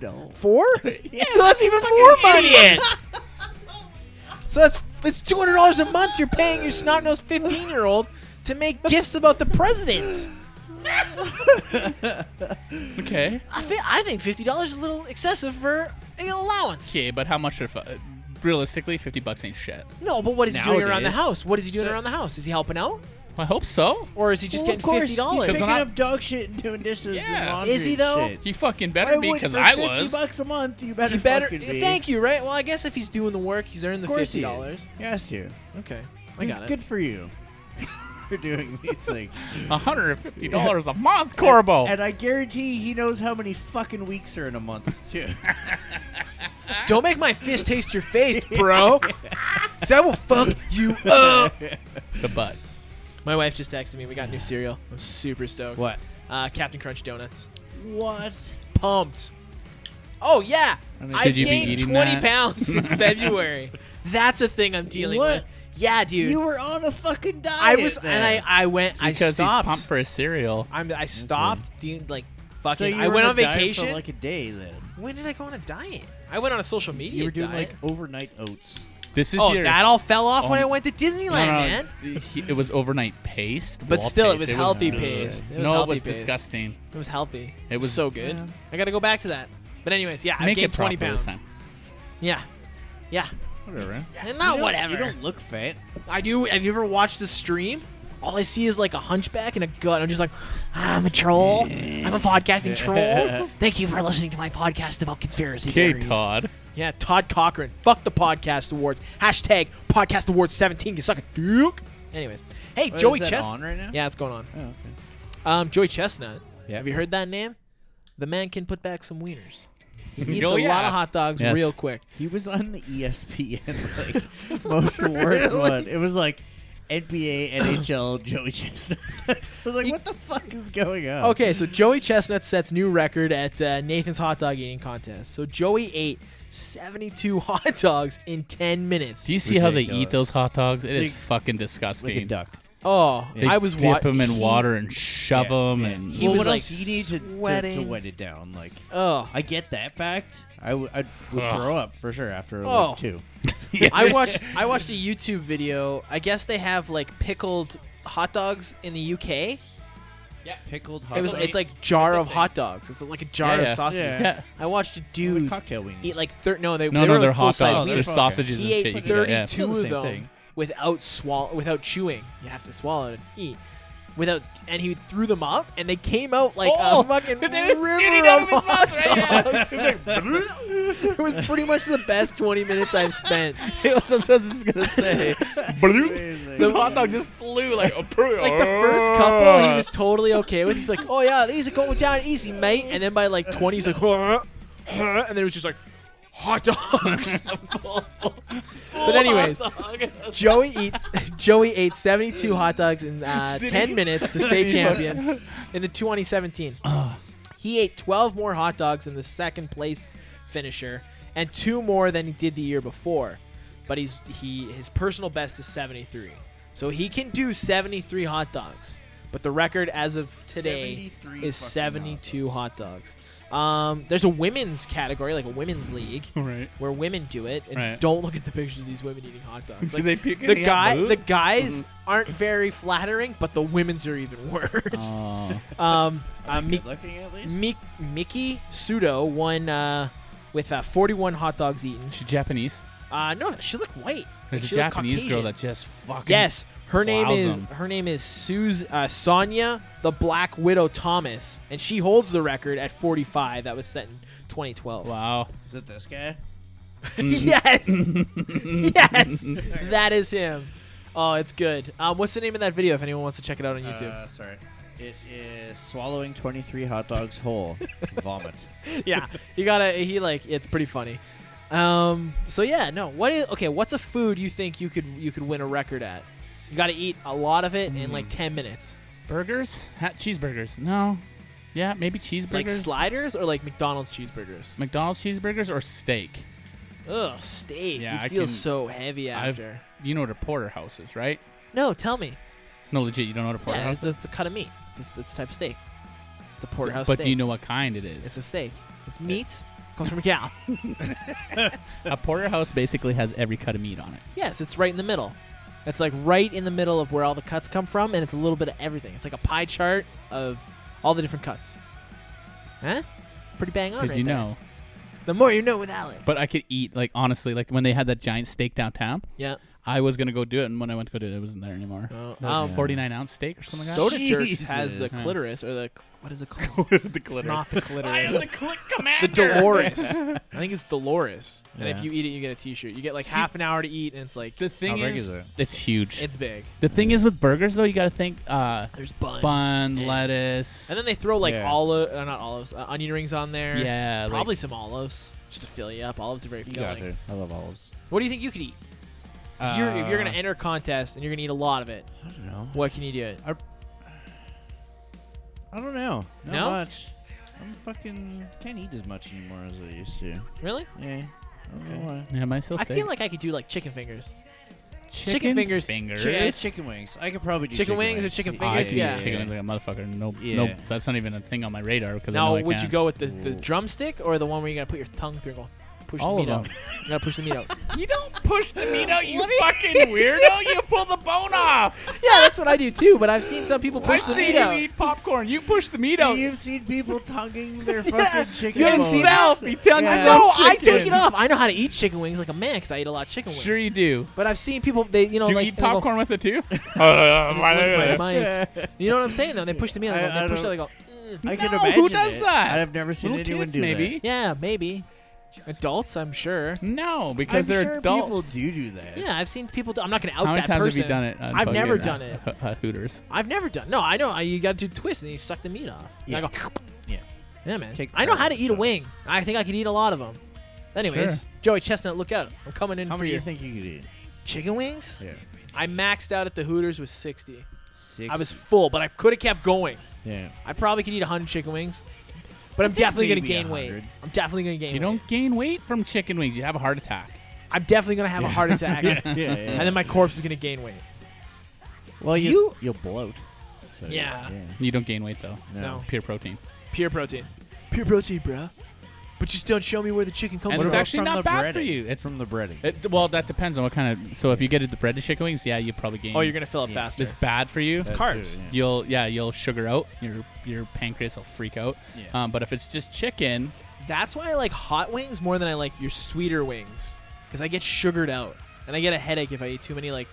No. Four? So that's even more money. So that's it's two hundred dollars a month you're paying your snot nosed fifteen year old to make gifts about the president. Okay. I, thi- I think fifty dollars is a little excessive for an allowance. Okay, but how much are? Fu- uh, realistically, fifty bucks ain't shit. No, but what is he doing around the Nowadays. house? What is he doing around the house? Is he helping out, I hope so. or is he just well, of getting course, fifty He's dollars? when picking I- up dog shit and doing dishes and Yeah. laundry. Is he and though? shit. He fucking better Why be would- because for I 50 was. bucking bucks a month. You better. You better. fucking be. Thank you. Right. Well, I guess if he's doing the work, he's earning the Of course fifty he dollars. is. Yes, you. Okay, I Good- got it. Good for you. for doing these things. One hundred and fifty dollars a month, Oh. Corbo. And I guarantee he knows how many fucking weeks are in a month. Don't make my fist taste your face, bro. Cause I will fuck you up. the butt. My wife just texted me. We got new cereal. I'm super stoked. Uh, Captain Crunch donuts. What? Pumped. Oh yeah, mean, I've should you be gained eating twenty that? pounds since February. That's a thing I'm dealing What? with. Yeah, dude. You were on a fucking diet. I was then. and I I went I Because he's stopped. pumped for a cereal. I'm, I stopped doing like So fucking. you I were went on a diet vacation. for like a day then. when did I go on a diet? I went on a social media You were doing diet. like overnight oats. This is oh, your. that all fell off when Oh. I went to Disneyland, No, no, man. he- It was overnight paste. But wall still, it was paste. healthy paste. It was no, it healthy was paste. disgusting. It was healthy. It was- so good. Yeah. I got to go back to that. But anyways, yeah, I Make gained it 20 proper this pounds. time. Yeah, yeah. Whatever. And not You don't- whatever. You don't look fat. I do. Have you ever watched the stream? All I see is like a hunchback and a gut. I'm just like, "Ah, I'm a troll. I'm a podcasting troll. Thank you for listening to my podcast about conspiracy Okay, theories. Todd. Yeah, Todd Cochran. Fuck the podcast awards. Hashtag podcast awards 17. You suck a duke. Anyways, hey Wait, Joey is that Chestnut. on right now? Yeah, it's going on. Oh, okay. Um, Joey Chestnut. Yeah. Have you heard that name? The man can put back some wieners. He eats a Oh, lot yeah. of hot dogs Yes. real quick. He was on the E ESPN like most awards one. It was like NBA, NHL, Joey Chestnut. I was like, what the fuck is going on? Okay, so Joey Chestnut sets new record at uh, Nathan's hot dog eating contest. So Joey ate 72 hot dogs in 10 minutes. Do you see how they Ridiculous. eat those hot dogs? It is Like- fucking disgusting. like a duck. Oh, They I was dip wa- them in he- water and shove them, and He well, was, what like, else you need to, to, to sweating. wet it down? Like, Oh, I get that fact. I w- I would Ugh. throw up for sure after Oh. like two. I watched I watched a YouTube video. I guess they have like pickled hot dogs in the UK. Pickled hot It was dogs. it's like jar of hot dogs. It's like a jar Yeah, of yeah. sausages. Yeah. I watched a Like dude cocktail wings. eat like thir- no they no, they no, were they're like hot full-size dogs. They're wings. fucking- sausages he and shit. You ate can get, 32 yeah. Still the of same them thing. without swallow without chewing. You have to swallow to eat. Without and he threw them up and they came out like Oh, a fucking they were river shooting out of of his hot mouth, right? dogs. it was pretty much the best 20 minutes I've spent. That's what I was just gonna say. the hot dog just flew like a Like Oh. the first couple, he Oh. was totally okay with. He's like, "Oh yeah, these are going down easy, mate." And then by like 20, he's like, huh, huh," and then it was just like hot dogs. but anyways, Joey eat Joey ate 72 hot dogs in uh, 10 minutes to stay champion in the 2017. he ate 12 more hot dogs than the second place finisher and two more than he did the year before. But he's he his personal best is 73. So he can do 73 hot dogs. But the record as of today 73 is fucking 72 hot dogs. Um, there's a women's category, like a women's league, Right. where women do it. And Right. don't look at the pictures of these women eating hot dogs. Like, they pick the guy, the guys Mm-hmm. aren't very flattering, but the women's are even worse. Oh. um, uh, Mi- looking at least. Mi- Mickey Sudo won uh, with uh, 41 hot dogs eaten. She's Japanese. Uh, no, no, she looked white. There's a She looked Japanese girl Caucasian. that just fucking Yes, her name Wows is 'em. her name is Suz uh, Sonia the Black Widow Thomas, and she holds the record at 45 that was set in 2012. Wow. Is it this guy? yes, yes, that is him. Oh, it's good. Um, what's the name of that video? If anyone wants to check it out on YouTube. Uh, sorry. It is swallowing 23 hot dogs whole. Vomit. yeah, you gotta. He like it's pretty funny. Um. So yeah, no. What is okay? What's a food you think you could you could win a record at? You gotta eat a lot of it in Mm. like ten minutes, Burgers? Ha- cheeseburgers? No. Yeah, maybe cheeseburgers. like sliders or like McDonald's cheeseburgers. McDonald's cheeseburgers or steak. Ugh, steak. Yeah, you I feel can- so heavy I've- after. You know what a porterhouse is, right? No, tell me. No, legit. You don't know what a Yeah, porterhouse it's, it's a cut of meat. It's a, it's a type of steak. It's a porterhouse is, but steak. do you know what kind it is? it's a steak. It's meat. Comes from a cow. a porterhouse basically has every cut of meat on it. Yes, it's right in the middle. It's like right in the middle of where all the cuts come from, and it's a little bit of everything. It's like a pie chart of all the different cuts. Huh? Pretty bang on. Oh, Did right you there. know? The more you know with Alec. But I could eat like honestly, like when they had that giant steak downtown. Yeah. I was gonna go do it, and when I went to go do it, it wasn't there anymore. Oh, Like um, 49 ounce steak or something like that. Soda Jerks has the Jesus. clitoris or the what is it called? the clitoris. not the clitoris. click the commander. Dolores. I think it's Dolores. And if Yeah. you eat it, you get a T-shirt. You get like half an hour to eat, and it's like The thing How big is, is it? it's huge. it's big. the thing is with burgers though, you gotta think uh, There's bun. bun, Yeah. lettuce, And then they throw like Yeah. olive, uh, not olives, uh, onion rings on there. yeah, Probably some olives just to fill you up. Olives are very You got filling. to. I love olives. What do you think you could eat? If you're, if you're gonna Uh, enter a contest and you're gonna eat a lot of it, I don't know. what can you do? I don't know. Not No? much. I'm fucking can't eat as much anymore as I used to. Really? Yeah. I don't know why. Like, yeah, might still I steak. feel like I could do like chicken fingers. chicken, fingers. fingers. Yeah, Yes. chicken wings. I could probably do Chicken wings or chicken Oh, I fingers, see yeah. chicken wings like a motherfucker. No, no, Yeah. that's not even a thing on my radar. Because I Now, know I would you can't. go with the, the drumstick or the one where you gotta put your tongue through and go? push All the of meat out. them. You gotta push the meat out. You don't push the meat out, you fucking weirdo. You pull the bone off. Yeah, that's what I do too. But I've seen some people push I've the seen meat you out. eat popcorn. You push the meat So out. you've seen people tonguing their fucking chicken You haven't bones. seen Yourself, this? you tongue Yeah. yourself. No, I take Chicken. it off. I know how to eat chicken wings like a man because I eat a lot of chicken wings. Sure you do. But I've seen people they you know Do you Oh, like eat they go, popcorn with it too? "This one's Little my mic." You know what I'm saying though? They push the meat out. I- and I They push it. don't- They go, I can No, who imagine does it. that? I've never seen anyone kids do maybe. yeah, maybe. Adults, I'm sure. No, that. I'm because they're sure people adults. do do that. Yeah, I've seen people. Do, I'm not gonna out How many that times have person. you done it? on I've fucking, never uh, done it. Ho- ho- Hooters. I've never done. No, I know. I, you got to do twists and then you suck the meat off. And I Yeah. go. Yeah. Yeah, man. Take the I know how to crackers eat a out. wing. I think I could eat a lot of them. Anyways, Sure. Joey Chestnut, look out! I'm coming in How for many do you. you think you could eat? Chicken wings? Yeah. I maxed out at the Hooters with 60. Six. I was full, but I could have kept going. Yeah. I probably could eat 100 chicken wings, but I'm think definitely gonna maybe gain weight. 100. I'm definitely gonna gain You weight. don't gain weight from chicken wings. You have a heart attack. I'm definitely gonna have a heart attack, Yeah. yeah. and then my corpse is gonna gain weight. well, do you, you- you'll bloat. So, Yeah. You don't gain weight though. No. No. Pure protein. Pure protein. Pure protein, bruh. But just don't show me where the chicken comes And from. it's actually from not the bad breading? for you. It's From the breading. It, well, that depends on what kind of. So if you get it the breaded chicken wings, yeah, you probably gain. oh, you're gonna fill up Yeah. faster. It's bad for you. That carbs. too, yeah. You'll yeah, you'll sugar out. Your your pancreas will freak out. Yeah. Um, but if it's just chicken, That's why I like hot wings more than I like your sweeter wings, because I get sugared out and I get a headache if I eat too many like,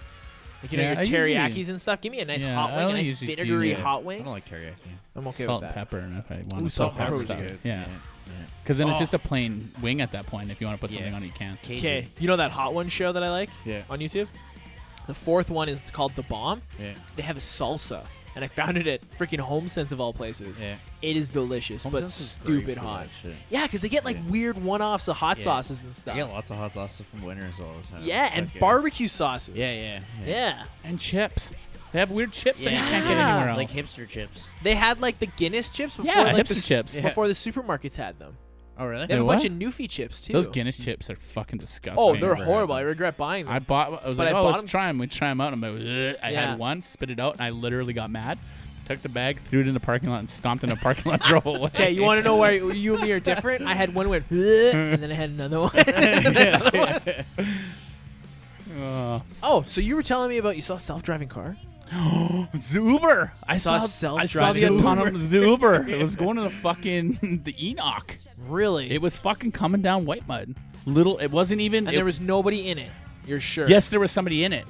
like you know Yeah, I your teriyakis usually- and stuff. Give me a nice Yeah, hot I wing, a don't nice usually do vinegary that. hot I wing. don't like teriyaki. I'm okay salt with that. and pepper, and if I Ooh, want to salt put and that pepper's stuff, good. yeah, because then it's Oh. just a plain wing at that point. If you want to put something Yeah. on it, you can. Okay, you know that hot one show that I like Yeah. on YouTube. The fourth one is called The Bomb. Yeah. They have a salsa, and I found it at freaking HomeSense of all places. Yeah. It is delicious, Home but Sense is great stupid for hot. that shit. Yeah, because they get like Yeah. weird one-offs of hot Yeah. sauces and I stuff. get lots of hot sauces from Winners all the time. yeah, and Fucking- barbecue sauces. Yeah, yeah, Yeah. And chips. They have weird chips that you can't get Yeah. anywhere else. Like hipster chips. They had like the Guinness chips before Yeah, like, the hipster s- chips. Yeah. before the supermarkets had them. Oh, really? They have They're a bunch what? of Newfie chips too. Those Guinness chips are fucking disgusting. oh, they're never had horrible. I them. regret buying them. I bought. I was But like, I oh, bought let's them- try them. We try them out. And I'm like, "Ugh." I Yeah. had one, spit it out, and I literally got mad. Took the bag, threw it in the parking lot, and stomped in the parking lot, and drove away. okay, you want to know why you and me are different? I had one went "Bleh," and then I had another one. Uh, oh, so you were telling me about you saw a self-driving car? Zuber. I Saw saw. I saw the self-driving autonomous Zuber. It was going to the fucking the Enoch. Really? It was fucking coming down White Mud. Little. It wasn't even. and it- there was nobody in it. You're sure? Yes, there was somebody in it.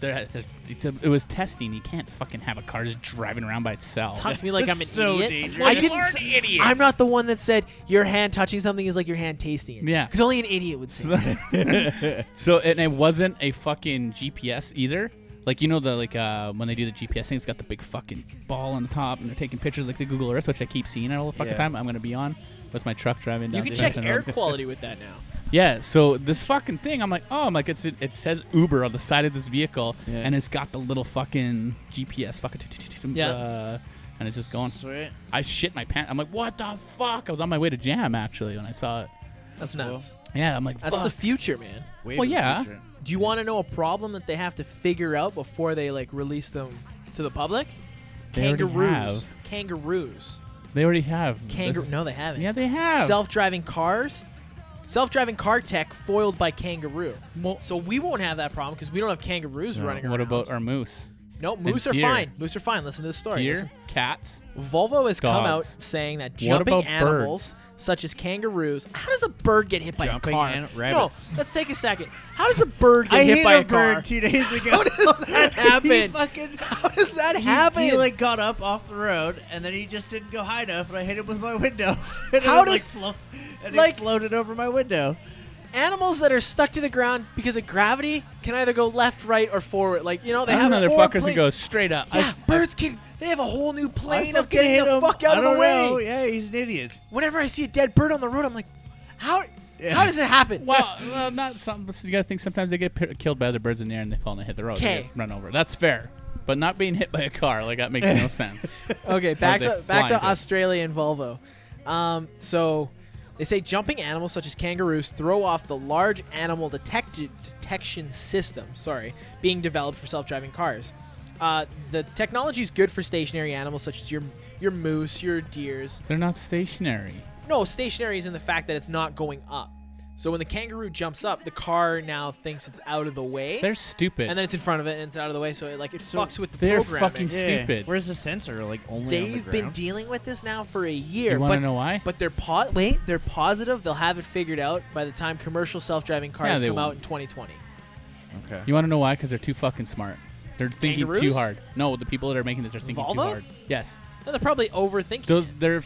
There, there- it's a- it was testing. You can't fucking have a car just driving around by itself. Talk to me like I'm an so idiot. dangerous. I didn't. s- I'm not the one that said your hand touching something is like your hand tasting it. Yeah. Because only an idiot would say. that. So and it wasn't a fucking GPS either. Like you know the like uh, when they do the GPS thing, it's got the big fucking ball on the top, and they're taking pictures like the Google Earth, which I keep seeing all the fucking Yeah. time. I'm gonna be on with my truck driving You down. can check Smith and air Road. quality with that now. Yeah. So this fucking thing, I'm like, oh, I'm like, it's it, it says Uber on the side of this vehicle, Yeah. and it's got the little fucking GPS fucking. Yeah. uh, And it's just going. Sweet. I shit my pants. I'm like, what the fuck? I was on my way to jam actually when I saw it. That's nuts. Yeah, I'm like, That's the fuck. future, man. Way Well, to the yeah. future. Do you want to know a problem that they have to figure out before they like release them to the public? They already kangaroos. have. Kangaroos. they already have This Kangaroo. is- No, they haven't. Yeah, they have. Self-driving cars. Self-driving car tech foiled by kangaroo. Well, So we won't have that problem because we don't have kangaroos what running around. about our moose, No, moose are deer? fine. Moose are fine. Listen to the story. deer, Listen. cats? Volvo has come out Dogs. saying that jumping about animals such as kangaroos. How does a bird get hit by Jumping a car? an- no, rabbits. let's take a second. How does a bird get I hit hit by a, a, car? bird two days ago. How does that He happen? fucking How does that he, happen? he like got up off the road and then he just didn't go high enough and I hit him with my window. and How it does- was, like fluff and like- it floated over my window. Animals that are stuck to the ground because of gravity can either go left, right, or forward. Like you know, they Those have a four motherfuckers that plane- go straight up. Yeah, birds can. They have a whole new I plane of fucking hit getting the him. fuck out I of the don't way. know. Yeah, he's an idiot. Whenever I see a dead bird on the road, I'm like, how? Yeah. How does it happen? well, well, not some. so You gotta think sometimes they get p- killed by other birds in the air and they fall and they hit the road. They 'Kay. get run over. That's fair. But not being hit by a car, like that makes no sense. Okay, back they to back flying to good? Australia and Volvo. Um, so they say jumping animals such as kangaroos throw off the large animal detected detection system. Sorry, being developed for self-driving cars. Uh, the technology is good for stationary animals such as your your moose, your deers. They're not stationary. No, stationary is in the fact that it's not going up. So when the kangaroo jumps up, the car now thinks it's out of the way, They're stupid. and then it's in front of it and it's out of the way. So it like it fucks with the they're programming. fucking stupid. Where's the sensor? Like only They've on the been ground? dealing with this now for a year. You wanna but- know why? But they're po- wait, they're positive they'll have it figured out by the time commercial self-driving Yeah, cars they come out won't. in 2020. okay. You want to know why? Because they're too fucking smart. They're thinking too Kangaroos? hard. No, the people that are making this are thinking too Volvo? hard. Yes, No, they're probably overthinking. those it. they're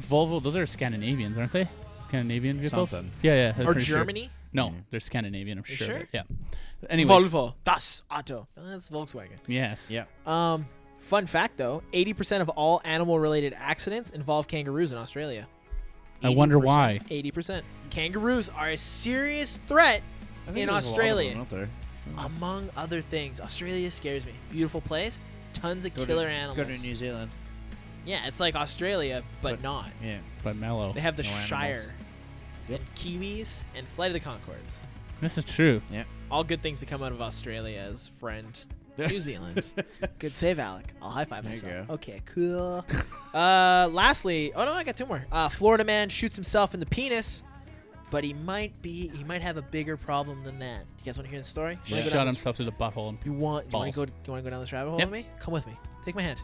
Volvo. Those are Scandinavians, aren't they? Scandinavian vehicles. Something. Yeah, yeah. I'm or pretty sure. Germany. No, they're Scandinavian. I'm You sure. of it. sure? Yeah. Anyways, Volvo. Das Auto. Uh, That's Volkswagen. Yes. Yeah. Um, fun fact though, 80% of all animal-related accidents involve kangaroos in Australia. I wonder why. 80%. Kangaroos are a serious threat I think in there's a lot of Australia. them out there. among other things. Australia scares me. Beautiful place, tons of Go killer to, animals. Go to New Zealand. Yeah, it's like Australia, but, But- not. Yeah. But mellow. They have the no animals. Shire, Yep. and Kiwis, and Flight of the Concords. This is true. All good things to come out of Australia's friend, New Zealand. good save, Alec. I'll high five There you myself. go. Okay, cool. uh, lastly, oh no, I got two more. Uh, Florida man shoots himself in the penis, but he might be he might have a bigger problem than that. You guys want to hear the story? Wanna He go down Shot this himself through the butthole. And, You want you want Balls. to go you want to go down this rabbit hole Yep. with me? Come with me. Take my hand.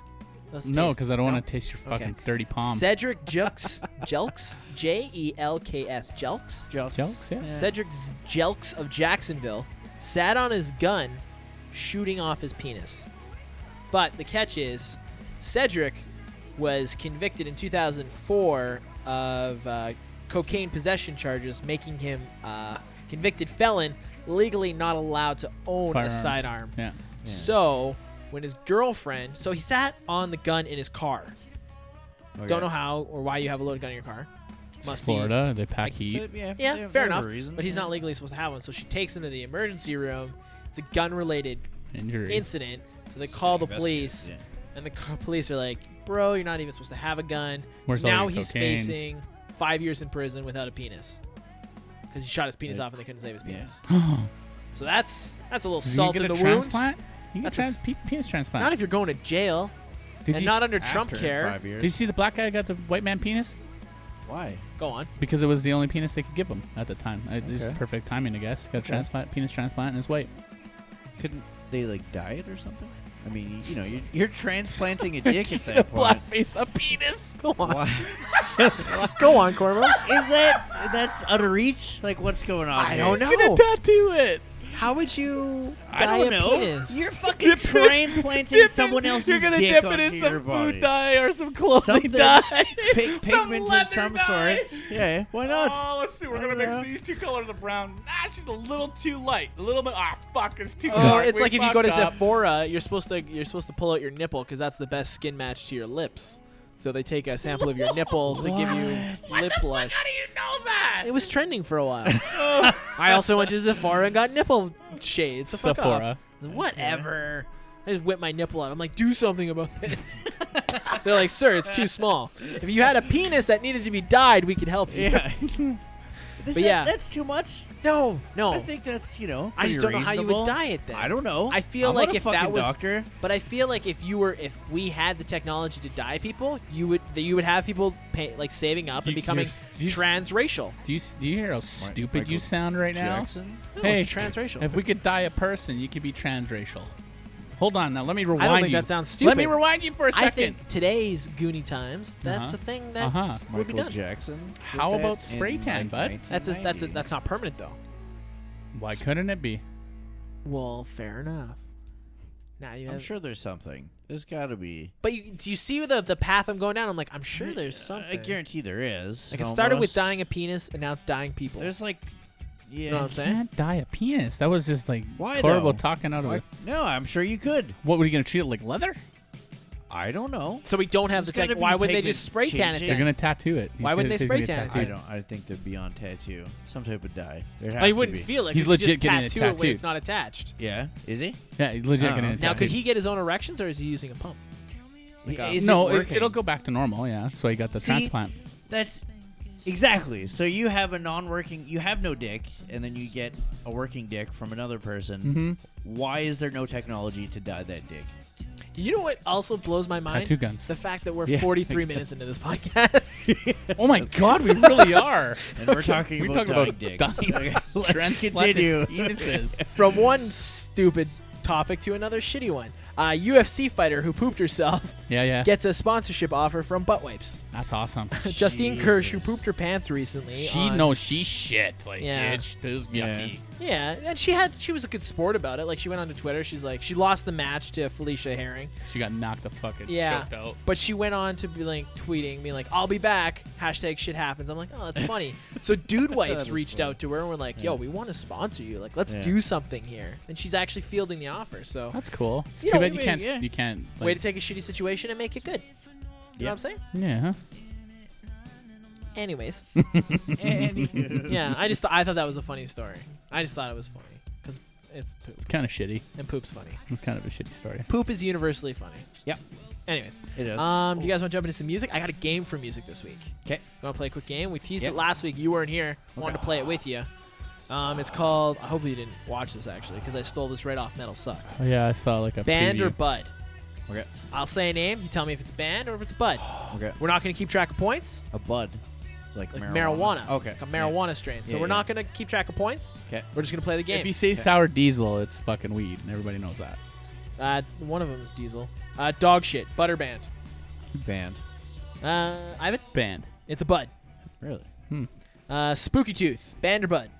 Let's no, taste. because I don't No? want to taste your fucking Okay. dirty palm. Cedric Jelks Jelks J E L K S Jelks Jokes. Jokes. Yeah. Cedric Z- Jelks of Jacksonville sat on his gun, shooting off his penis. But the catch is, Cedric was convicted in 2004 of uh, cocaine possession charges, making him uh, convicted felon, legally not allowed to own Firearms. a sidearm. Yeah. So when his girlfriend, so he sat on the gun in his car. Don't know how or why you have a loaded gun in your car. Must Florida. They pack I- heat. Yeah. be. Yeah, they fair have- they have enough. a reason. But he's Yeah. not legally supposed to have one, so she takes him to the emergency room. It's a gun-related Injury. incident, so they call the police, Yeah. and the co- police are like, "Bro, you're not even supposed to have a gun." Where's so all now your he's cocaine? facing five years in prison without a penis because he shot his penis off and they couldn't save his penis. So that's that's a little Did salt you in get the a wound. transplant? You get That's a trans- s- pe- penis transplant. Not if you're going to jail did and you not s- under Trump After care. Five years. Did you see the black guy got the white man penis? Why? Go on. Because it was the only penis they could give him at the time. It- It's Okay. perfect timing, I guess. Got a transplant, penis transplant, and it's white. Couldn't they like dye it or something? I mean, you know, you're, you're transplanting a dick at that point. face, a penis. Go on. Why? Go on, Corvo. Is that that's out of reach? Like, what's going on? I don't here? know. tattoo it. How would you I dye don't a know. penis? You're fucking transplanting someone else's dick onto your body. dye or some clothing Something- dye. Pig- pigment of some sorts. Yeah, why not? Oh, let's see. We're gonna mix Yeah. these two colors of brown. Ah, she's a little too light. A little bit. Ah, fuck, it's too Oh, it's like if you go to Sephora, you're supposed to you're supposed to pull out your nipple because that's the best skin match to your lips. So they take a sample of your nipple to give you lip blush. How do you know that? It was trending for a while. I also went to Sephora and got nipple shades. So fuck Sephora. off. Whatever. I just whipped my nipple out. I'm like, do something about this. They're like, sir, it's too small. If you had a penis that needed to be dyed, we could help you. Yeah. This is- yeah. that's too much. No, no. I think that's you know. I just pretty don't know how you would reasonable. dye it then. I don't know. I feel I'm like not a if that fucking was- doctor, But I feel like if you were, if we had the technology to dye people, you would that you would have people pay, like saving up You- and becoming you're- you- transracial. Do you, s- do you hear how stupid you Michael sound right now? Jackson. hey, transracial. If we could dye a person, you could be transracial. Hold on now. Let me rewind I don't think you. that sounds stupid. Let me rewind you for a second. I think today's Goonie times. That's Uh-huh. a thing that uh-huh. would be Michael done. Jackson. did How that about spray in, tan, like, bud? That's just, that's a, 1990. that's not permanent though. Why couldn't it be? Well, fair enough. Now you have. I'm sure there's something. There's got to be. But you, do you see the the path I'm going down? I'm like, I'm sure there's something. uh, I guarantee there is. Like it started with almost. dying a penis, and now it's dying people. There's like, yeah. you know what I'm saying? Can't dye a penis. That was just like Why, horrible though? talking out of Why- it. No, I'm sure you could. What were you gonna treat it like leather? I don't know. So we don't have There's the gotta tech. be Why would they pigment just spray tan it? then? changing. They're gonna tattoo it. He's Why wouldn't gonna they say he's spray gonna tan it? tattoo I don't. I think they're beyond tattoo. Some type of dye. Well, There has he to Oh, wouldn't be. feel it. He's 'cause you legit just getting a tattoo it tattoo. when it's not attached. Yeah. Is he? Yeah, he's legit Oh. gonna Uh-uh. Now, could tattoo. he get his own erections, or is he using a pump? Yeah, a- is No, it it, it'll go back to normal. Yeah, that's why he got the See? transplant. That's exactly. So you have a non-working. You have no dick, and then you get a working dick from another person. Mhm. Why is there no technology to dye that dick? You know what also blows my mind? Tattoo guns. The fact that we're Yeah, 43 thank you. minutes into this podcast. Oh my god, we really are. And we're talking we about talk dying about dicks. dying Let's transplanted continue. penises. From one stupid topic to another shitty one. Uh, A UFC fighter who pooped herself Yeah, yeah. gets a sponsorship offer from Butt Wipes. That's awesome. Justine Kirsch, who Jesus. pooped her pants recently. She on- no, she shit. Like, Yeah. bitch, this is Yeah. yucky. Yeah, and she had she was a good sport about it. Like she went onto Twitter. She's like she lost the match to Felicia Herring. She got knocked the fucking Yeah, choked out. but she went on to be like tweeting, being like, "I'll be back." Hashtag shit happens. I'm like, oh, that's funny. so dude That is wipes reached funny. out to her and we're like, "Yo, we want to sponsor you. Like, let's Yeah. do something here." And she's actually fielding the offer. So That's cool. It's You too know, bad you I can't. mean, yeah. You can't. Like, way to take a shitty situation and make it good. You know Yeah. what I'm saying? yeah. Anyways, Anywho. yeah, I just I thought that was a funny story. I just thought it was funny because it's poop It's kind of shitty. and poop's funny. It's kind of a shitty story. Poop is universally funny. Yep. Anyways, It is. Um, do you guys want to jump into some music? I got a game for music this week. 'Kay. Want to play a quick game? We teased Yep. it last week. You weren't here. I Wanted to play it with you. Um, it's called. I hope you didn't watch this actually, because I stole this right off Metal Sucks. Oh, yeah, I saw like a Band or preview. Bud? Okay. I'll say a name. You tell me if it's a band or if it's a Bud. Okay. We're not going to keep track of points. A bud. Like, Like marijuana. marijuana. Okay. Like a marijuana strain. So Yeah, we're yeah. not going to keep track of points. Okay. We're just going to play the game. If you say sour diesel, it's fucking weed, and everybody knows that. uh, one of them is Diesel. Uh, dog shit. Butter band. Band. Uh, Ivan. Band. It's a Bud. Really? Uh, Spooky Tooth. Band or Bud?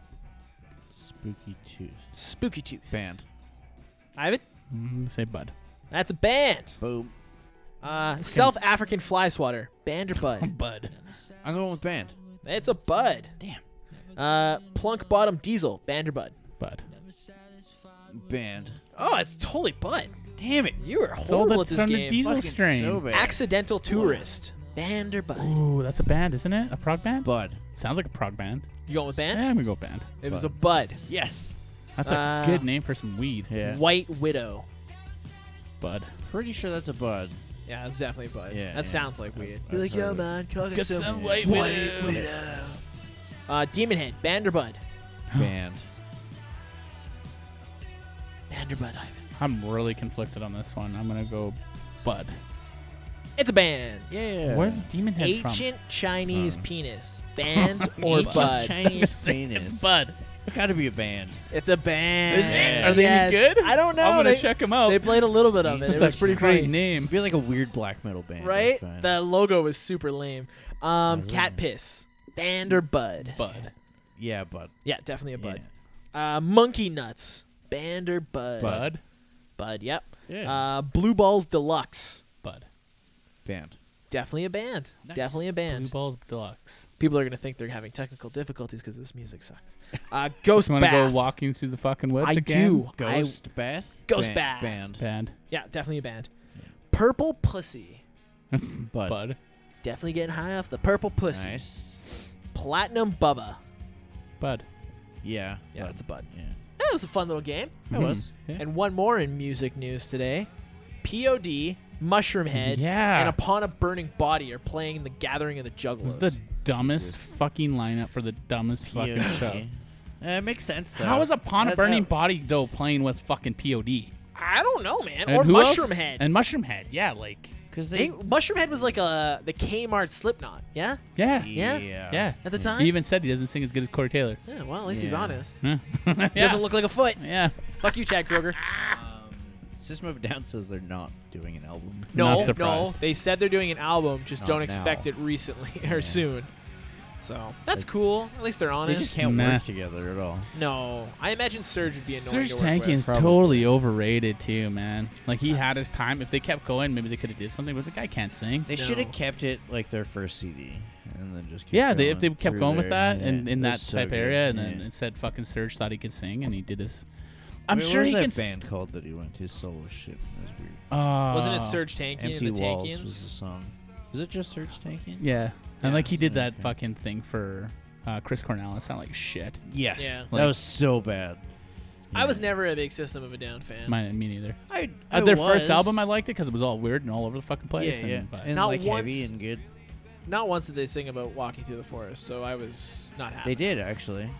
Spooky tooth. Spooky Tooth. Band. Ivan. Mm, say bud. That's a band. Boom. Uh, South African fly swatter, band or bud? Bud. I'm going with band. it's a bud. Damn. Uh, plunk bottom diesel, band or bud? Bud. Band. Oh, it's totally bud. Damn it. You are It's all horrible at that's this on the game. diesel Fucking strain. so bad. Accidental tourist, band or bud? Ooh, that's a band, isn't it? A prog band? Bud. Sounds like a prog band. You going with band? Yeah, we go band. It was a Bud. bud. Yes. That's a Uh, good name for some weed. Yeah. White widow. Bud. Pretty sure that's a bud. Yeah, it's definitely a bud. Yeah, that yeah. sound sounds like weird. I've heard of it. man, cook Got some white widow. widow. Uh, demon head, band or bud? Band. Band or bud, Ivan? I'm really conflicted on this one. I'm gonna go Bud. It's a band. Yeah. Where's Demon Head Ancient Chinese penis, band or Ancient bud? Chinese from? It's penis. Bud. It's got to be a band. It's a band. Is it? Are they Yes. good? I don't know. I'm gonna they, check them out. They played a little bit of it. That's it was a pretty great funny, name. It'd be like a weird black metal band. right? That's fine. The logo was super lame. Um, cat piss, band or bud? Bud. yeah, bud. Yeah, definitely a bud. Yeah. Uh, monkey nuts, band or bud? Bud. Bud. Yep. Yeah. Uh, blue balls deluxe, Bud. Band. definitely a band. Definitely a Blue band. Balls Deluxe. People are gonna think they're having technical difficulties because this music sucks. Uh, ghost Just wanna bath. go walking through the fucking woods I again? do. I- Ghost Bath? Ghost Ban- Bath. Band. Band. yeah, definitely a band. Purple pussy. Bud. Bud. Definitely getting high off the purple pussy. Nice. Platinum Bubba. Bud. Yeah. Yeah, bud. it's a bud. Yeah. Mm-hmm. That was a fun little game. That Mhm. was. Yeah. And one more in music news today. POD, Mushroom Head, Yeah. and Upon a Burning Body are playing The Gathering of the This Juggalos. is the dumbest fucking lineup for the dumbest fucking Yeah. show. Yeah, it makes sense. Though. How is upon a That- burning that- body though playing with fucking POD I don't know, man. and or who Mushroom else? Head. and Mushroom Head? Yeah, like Because They- they. Mushroom Head was like a the Kmart Slipknot, yeah, yeah, Yeah. Yeah. yeah. at the time. He even said he doesn't sing as good as Corey Taylor. yeah, well, at least he's Yeah. honest. yeah. He doesn't look like a foot. yeah. Fuck you, Chad Kroger. System of a Down says they're not doing an album. No, no, surprised. they said they're doing an album, just Not don't now. expect it recently or soon. So that's, That's- cool. At least they're They honest. just can't Nah. work together at all. No, I imagine Surge would be annoying. Serge to work with. Tankian is Probably. totally overrated too, man. Like he had his time. If they kept going, maybe they could have did something. But the guy can't sing. They No. should have kept it like their first CD, and then just kept Yeah, Going they, if they kept through going with there. that Yeah, and in that that's so type good. area, and then Yeah. it said fucking Serge thought he could sing, and he did his. I'm Wait, what sure was he that can. s- band called that he went his solo shit. That was weird. Uh, Wasn't it Serge Tankian Empty and the Walls Tankians? was the song. Is it just Search Tanking? Yeah, Yeah, and like he did that okay. fucking thing for uh, Chris Cornell. It sounded like shit. Yes. Yeah. That was so bad. I was never a big System of a Down fan. Mine, me neither. I, At uh, their first album, I liked it because it was all weird and all over the fucking Yeah, place. yeah. and, but- And Not like heavy once- and good. Not once did they sing about walking through the forest, so I was not happy. They did actually.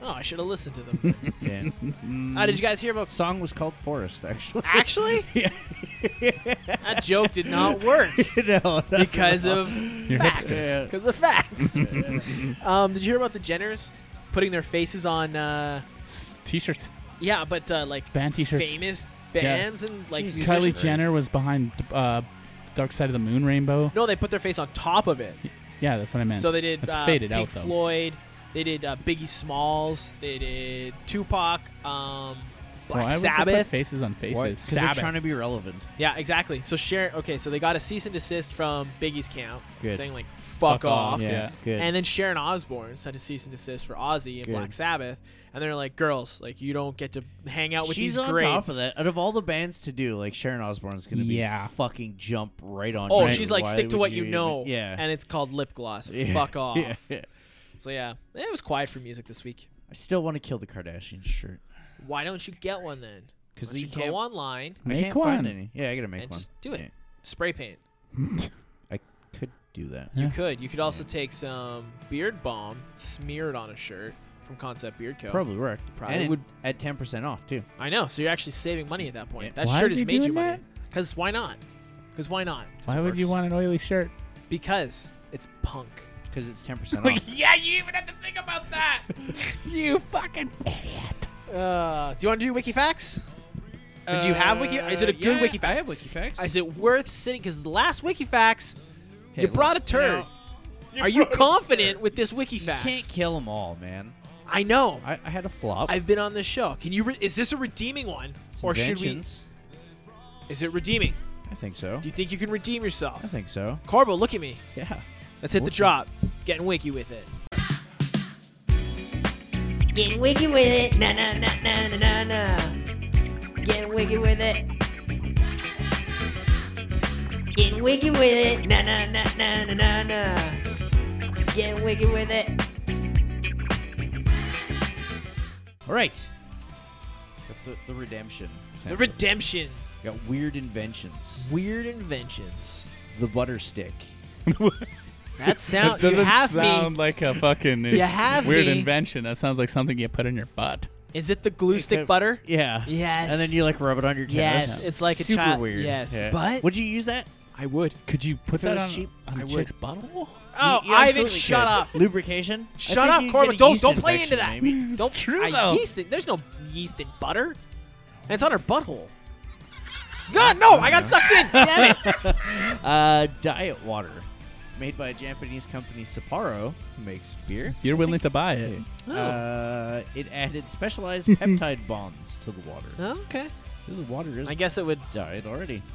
Oh, I should have listened to them. Yeah. Ah, did you guys hear about? Song was called Forest, actually. Ah. Actually, that joke did not work no, not because at all. of You're facts. hipster. Because of facts. um, did you hear about the Jenners putting their faces on? Uh, S- T-shirts. yeah, but uh, like Band T-shirts. famous bands and like Jesus. musicians. Kylie Jenner was behind uh, Dark Side of the Moon Rainbow. No, they put their face on top of it. Yeah, that's what I meant. So they did That's uh, faded Pink out though. Floyd. They did uh, Biggie Smalls. They did Tupac. Um, Why Black would they put Sabbath. faces on faces. Why? 'Cause they're trying to be relevant. Yeah, exactly. So Sharon, okay, so they got a cease and desist from Biggie's camp, Good. saying like "fuck, off," Yeah. Good. and then Sharon Osbourne sent a cease and desist for Ozzy and Good. Black Sabbath, and they're like, "Girls, like you don't get to hang out with She's these on greats." top of that. Out of all the bands to do, like Sharon Osbourne's gonna be Yeah. fucking jump right on. Oh, you. she's like, Why "Stick to would what you, even-" know," Yeah. and it's called lip gloss. Yeah. Fuck off. Yeah. yeah. So yeah, it was quiet for music this week. I still want to kill the Kardashian shirt Why don't you get one then? because Why don't you you can't. go online, I Make can't find one. any. Yeah, I gotta make And one. just do it. Yeah. spray paint. I could do that. Yeah. You could. You could also take some beard balm, smear it on a shirt from Concept Beard Co. Probably work. Probably and it would- at ten percent off too. I know. So you're actually saving money at that point. That Why shirt has is he made you doing money. that? Because why not? Because why not? Why would you want an oily shirt? Because it's punk. Because it's ten percent off. yeah, you even had to think about that. you fucking idiot. Uh, do you want to do wiki facts? Or do you have wiki? Is it a good wiki I fact? have WikiFacts. Is it worth sitting? Because the last wiki facts, Hey, you look, brought a turd. Are you confident with this wiki You facts? can't kill them all, man. I know. I, I had a flop. I've been on this show. Can you? Re- is this a redeeming one, or should we? Inventions. Is it redeeming? I think so. Do you think you can redeem yourself? I think so. Corbo, look at me. Yeah. Let's hit the Okay. drop. Getting wiki with it. Getting wiggy with it. Na na na na na na na. Getting wiggy with it. Getting wiggy with it. Na na na na na na na. Getting wiggy with it. All right. Got The, the redemption. The redemption. Got weird inventions. Weird inventions. The butter stick. That sound. you doesn't have sound me. like a fucking You have weird me. invention. That sounds like something you put in your butt. Is it the glue stick butter? Yeah. Yes. And then you like rub it on your Yes, chest. it's like a Super child- weird. yes, Yeah. but- would you use that? I would. Could you put If it that was on, cheap, on I a would. chick's bottle? Oh, You- you Ivan, absolutely shut could. up. Lubrication. I Shut think up, you'd Corbin. get a Don't- yeast don't play infection, into that. Maybe. Don't true, I though. Yeast it. There's no yeast in butter. And it's on her butthole. God, no! I got sucked in. Damn it. Uh, diet water. It's made by a Japanese company, Sapporo, who makes beer. You're willing to buy it. Oh. Uh, it added specialized peptide bonds to the water. Oh, okay. Ooh, The water is I guess it would. diet already.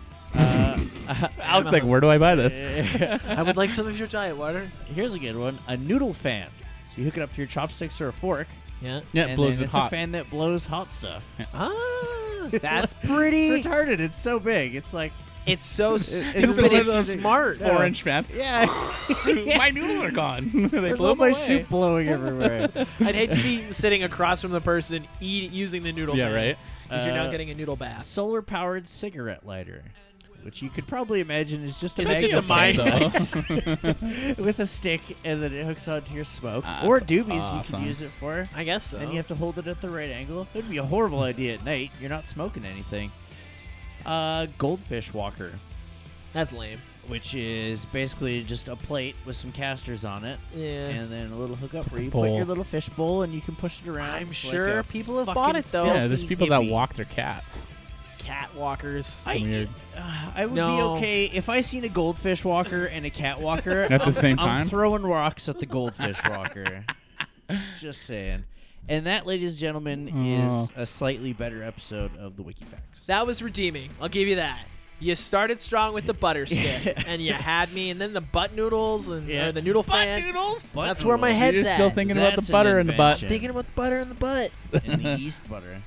Alex, like, where do I buy this? I would like some of your diet water. Here's a good one: a noodle fan. So you hook it up to your chopsticks or a fork. Yeah. Yeah, it and blows then it it's hot. a fan that blows hot stuff. Ah, that's It's pretty. retarded. It's so big. It's like It's so it's stupid. one of It's those- smart. Yeah. Orange fans. yeah, my noodles are gone. they there's blew all them my away. soup blowing everywhere. I'd hate to be E sitting across from the person eat, using the noodle. Yeah, right. Because you're now Uh, getting a noodle bath. Solar powered cigarette lighter, which you could probably imagine is just a Is it magnet just a fan mine? with a stick, and then it hooks onto your smoke Ah, or that's doobies. You awesome. Oh. can use it for. I guess so. And you have to hold it at the right angle. It'd be a horrible idea at night. You're not smoking anything. Uh, goldfish walker, That's lame. which is basically just a plate with some casters on it, Yeah. and then a little hookup where you put Bowl. your little fish bowl and you can push it around. I'm It's like sure a people have fucking bought it, though. Yeah, there's filthy people that hippie. walk their cats. Cat walkers. I, Weird. uh, I would No. be okay if I seen a goldfish walker and a cat walker At the I'm- same I'm time? throwing rocks at the goldfish walker. Just saying. And that, ladies and gentlemen, is Oh. a slightly better episode of the WikiFacts. That was redeeming. I'll give you that. You started strong with the butter stick, and you had me, and then the butt noodles and Yeah. or the noodle Butt fan. noodles? Butt That's where my noodles. head's You're at. still thinking about That's the butter an in the butt. invention. Thinking about the butter in the butt. and the yeast butter.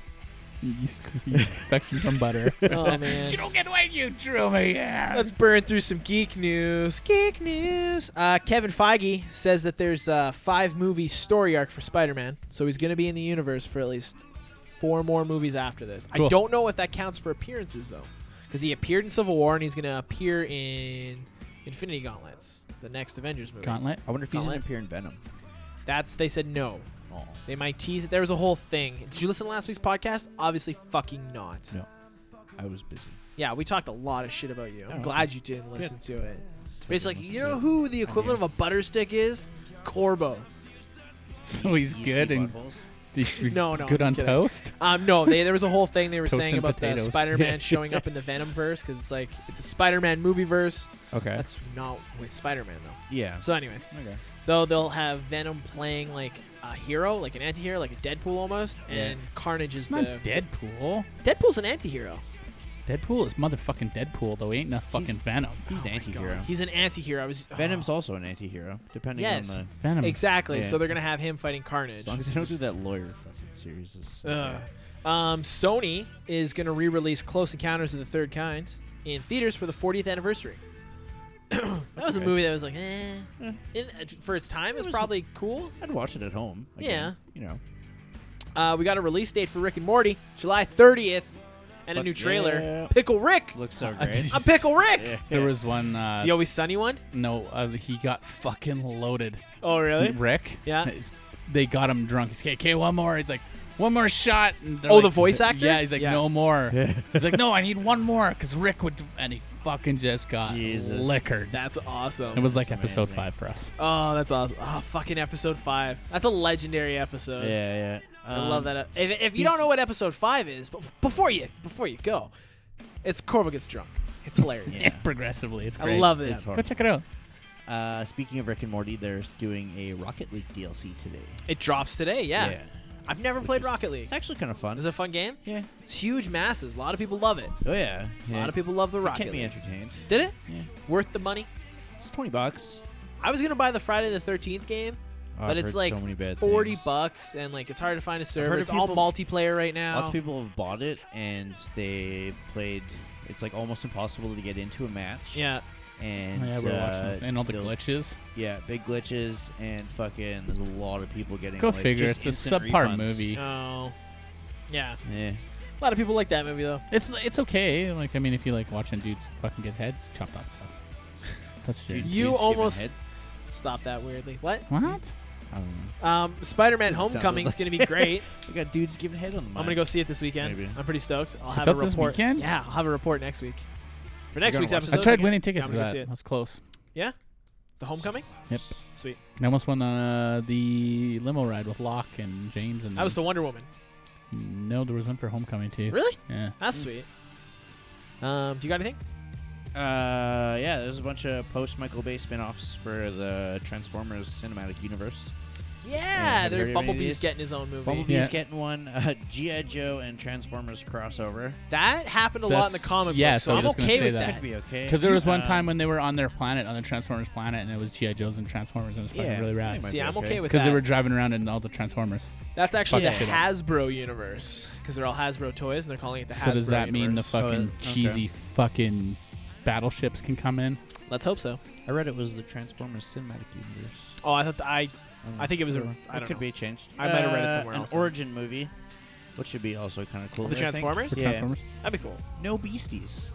Yeast infection from butter. oh man. don't get away, you drill me. Let's burn through some geek news. Geek news. Uh, Kevin Feige says that there's a five movie story arc for Spider-Man, so he's going to be in the universe for at least four more movies after this. I Cool. don't know if that counts for appearances though, because he appeared in Civil War and he's going to appear in Infinity Gauntlets, the next Avengers movie. Gauntlet. I wonder if he's Gauntlet. gonna appear in Venom. That's they said no. Oh. They might tease it. There was a whole thing. Did you listen to last week's podcast? Obviously, fucking not. No. I was busy. Yeah, we talked a lot of shit about you. I'm Oh, glad you didn't listen to it. But it's like, you know who the equivalent of a butter stick is? Corbo. So Oh, he's good and he's No, no, good I'm on just kidding. toast. Um, no, they, there was a whole thing they were Toast saying and about the potatoes. Spider-Man showing up in the Venom verse because it's like it's a Spider-Man movie verse. Okay. That's not with Spider-Man though. Yeah. So, anyways, okay. so they'll have Venom playing like a hero, like an anti-hero, like a Deadpool almost, and Carnage is It's not the Deadpool. Deadpool's an anti-hero. Deadpool is motherfucking Deadpool though. He ain't no fucking Venom. He's an anti-hero. He's an anti-hero. I was oh, Venom's also an anti-hero, depending Yes. on the... Venom. Exactly. Yeah. So they're gonna have him fighting Carnage. As long as I don't do that lawyer fucking series. It's- Ugh. Um, Sony is gonna re-release Close Encounters of the Third Kind in theaters for the 40th anniversary. that was a movie that was like, eh. In- for its time, it was was- probably cool. I'd watch it at home. again, You know. Uh, we got a release date for Rick and Morty, July 30th, and a Fuck new trailer. yeah. Pickle Rick. Looks so I great. just- I'm Pickle Rick. Yeah. There was one. Uh, The Always Sunny one. no, uh, he got fucking loaded. Oh really? Rick. Yeah. He's- They got him drunk. He's like, okay, one more. He's like, one more shot. And they're Oh, like- the voice actor? Yeah. He's like, Yeah. no more. Yeah. he's like, no, I need one more because Rick would. And he fucking just got Jesus. liquored. That's awesome. it was like That's episode amazing. five for us. oh, that's awesome. Oh, fucking episode five. That's a legendary episode. Yeah, yeah. I love that. Um, If, if you don't know what episode five is, but before you before you go, it's Corvo gets drunk. It's hilarious. Yeah. Progressively, it's I great. love it. It's Go hard. check it out. Oh, Uh, speaking of Rick and Morty, they're doing a Rocket League DLC today. It drops today. Yeah, I've never played Rocket League. It's actually kind of fun. It's a fun game. yeah. It's huge masses. A lot of people love it. Oh yeah. A lot of people love the Rocket kept me League. entertained. Did it? Yeah. Worth the money? It's twenty bucks. I was gonna buy the Friday the Thirteenth game, Oh, but I've it's heard like so many bad forty things. bucks, and like it's hard to find a server. heard It's of all people- multiplayer right now. Lots of people have bought it and they played. It's like almost impossible to get into a match. yeah, And Oh, Yeah, we're watching uh, this. And all the they'll- glitches. Yeah, big glitches and fucking there's a lot of people getting. Go like, figure. It's just a instant subpar refunds. movie. oh, yeah. Yeah. A lot of people like that movie though. It's it's okay. Like I mean, if you like watching dudes fucking get heads chopped off, so that's true. Dude, You dude's giving almost- head. Stop that weirdly. What? What? I don't know. Um, Spider-Man: That's what it Homecoming is sounded gonna like. be great. We got dudes giving head on the mic. I'm gonna go see it this weekend. Maybe. I'm pretty stoked. I'll It's have a out this report. weekend? Yeah, I'll have a report next week for next gonna week's watch it. episode. I tried yeah, winning tickets I'm to gonna that. go see it. That was close. The Homecoming. Yep. Sweet. I almost won uh, the limo ride with Locke and James and. I was the Wonder Woman. no, there was one for Homecoming too. Really? Yeah. That's sweet. Um, do you got anything? Uh, yeah, there's a bunch of post Michael Bay spin offs for the Transformers cinematic universe. Yeah, have you heard their of any of Bumblebee's these? getting his own movie. Bumblebee's Yeah. getting one, uh, G.I. Joe and Transformers crossover. That happened a lot in the That's- comic yeah, book, so so I was I'm just gonna okay say with that. that. That'd be okay. Because there was one Uh, time when they were on their planet, on the Transformers planet, and it was GI Joes and Transformers, and it was fucking Yeah, really rad. they might See, be I'm okay okay. with Because they were that. driving around in all the Transformers. That's actually the fucking shit up. Hasbro universe because they're all Hasbro toys and they're calling it the so Hasbro. does that mean the universe. fucking okay. cheesy fucking battleships can come in? Let's hope so. I read it was the Transformers cinematic universe. Oh, I thought th- I I'm I think it was a- sure. I Mm, It don't could know. be changed. I might have read it Uh, somewhere an else. origin movie, which should be also kind of cool. The I think. Transformers? For Yeah. Transformers? that'd be cool. No beasties.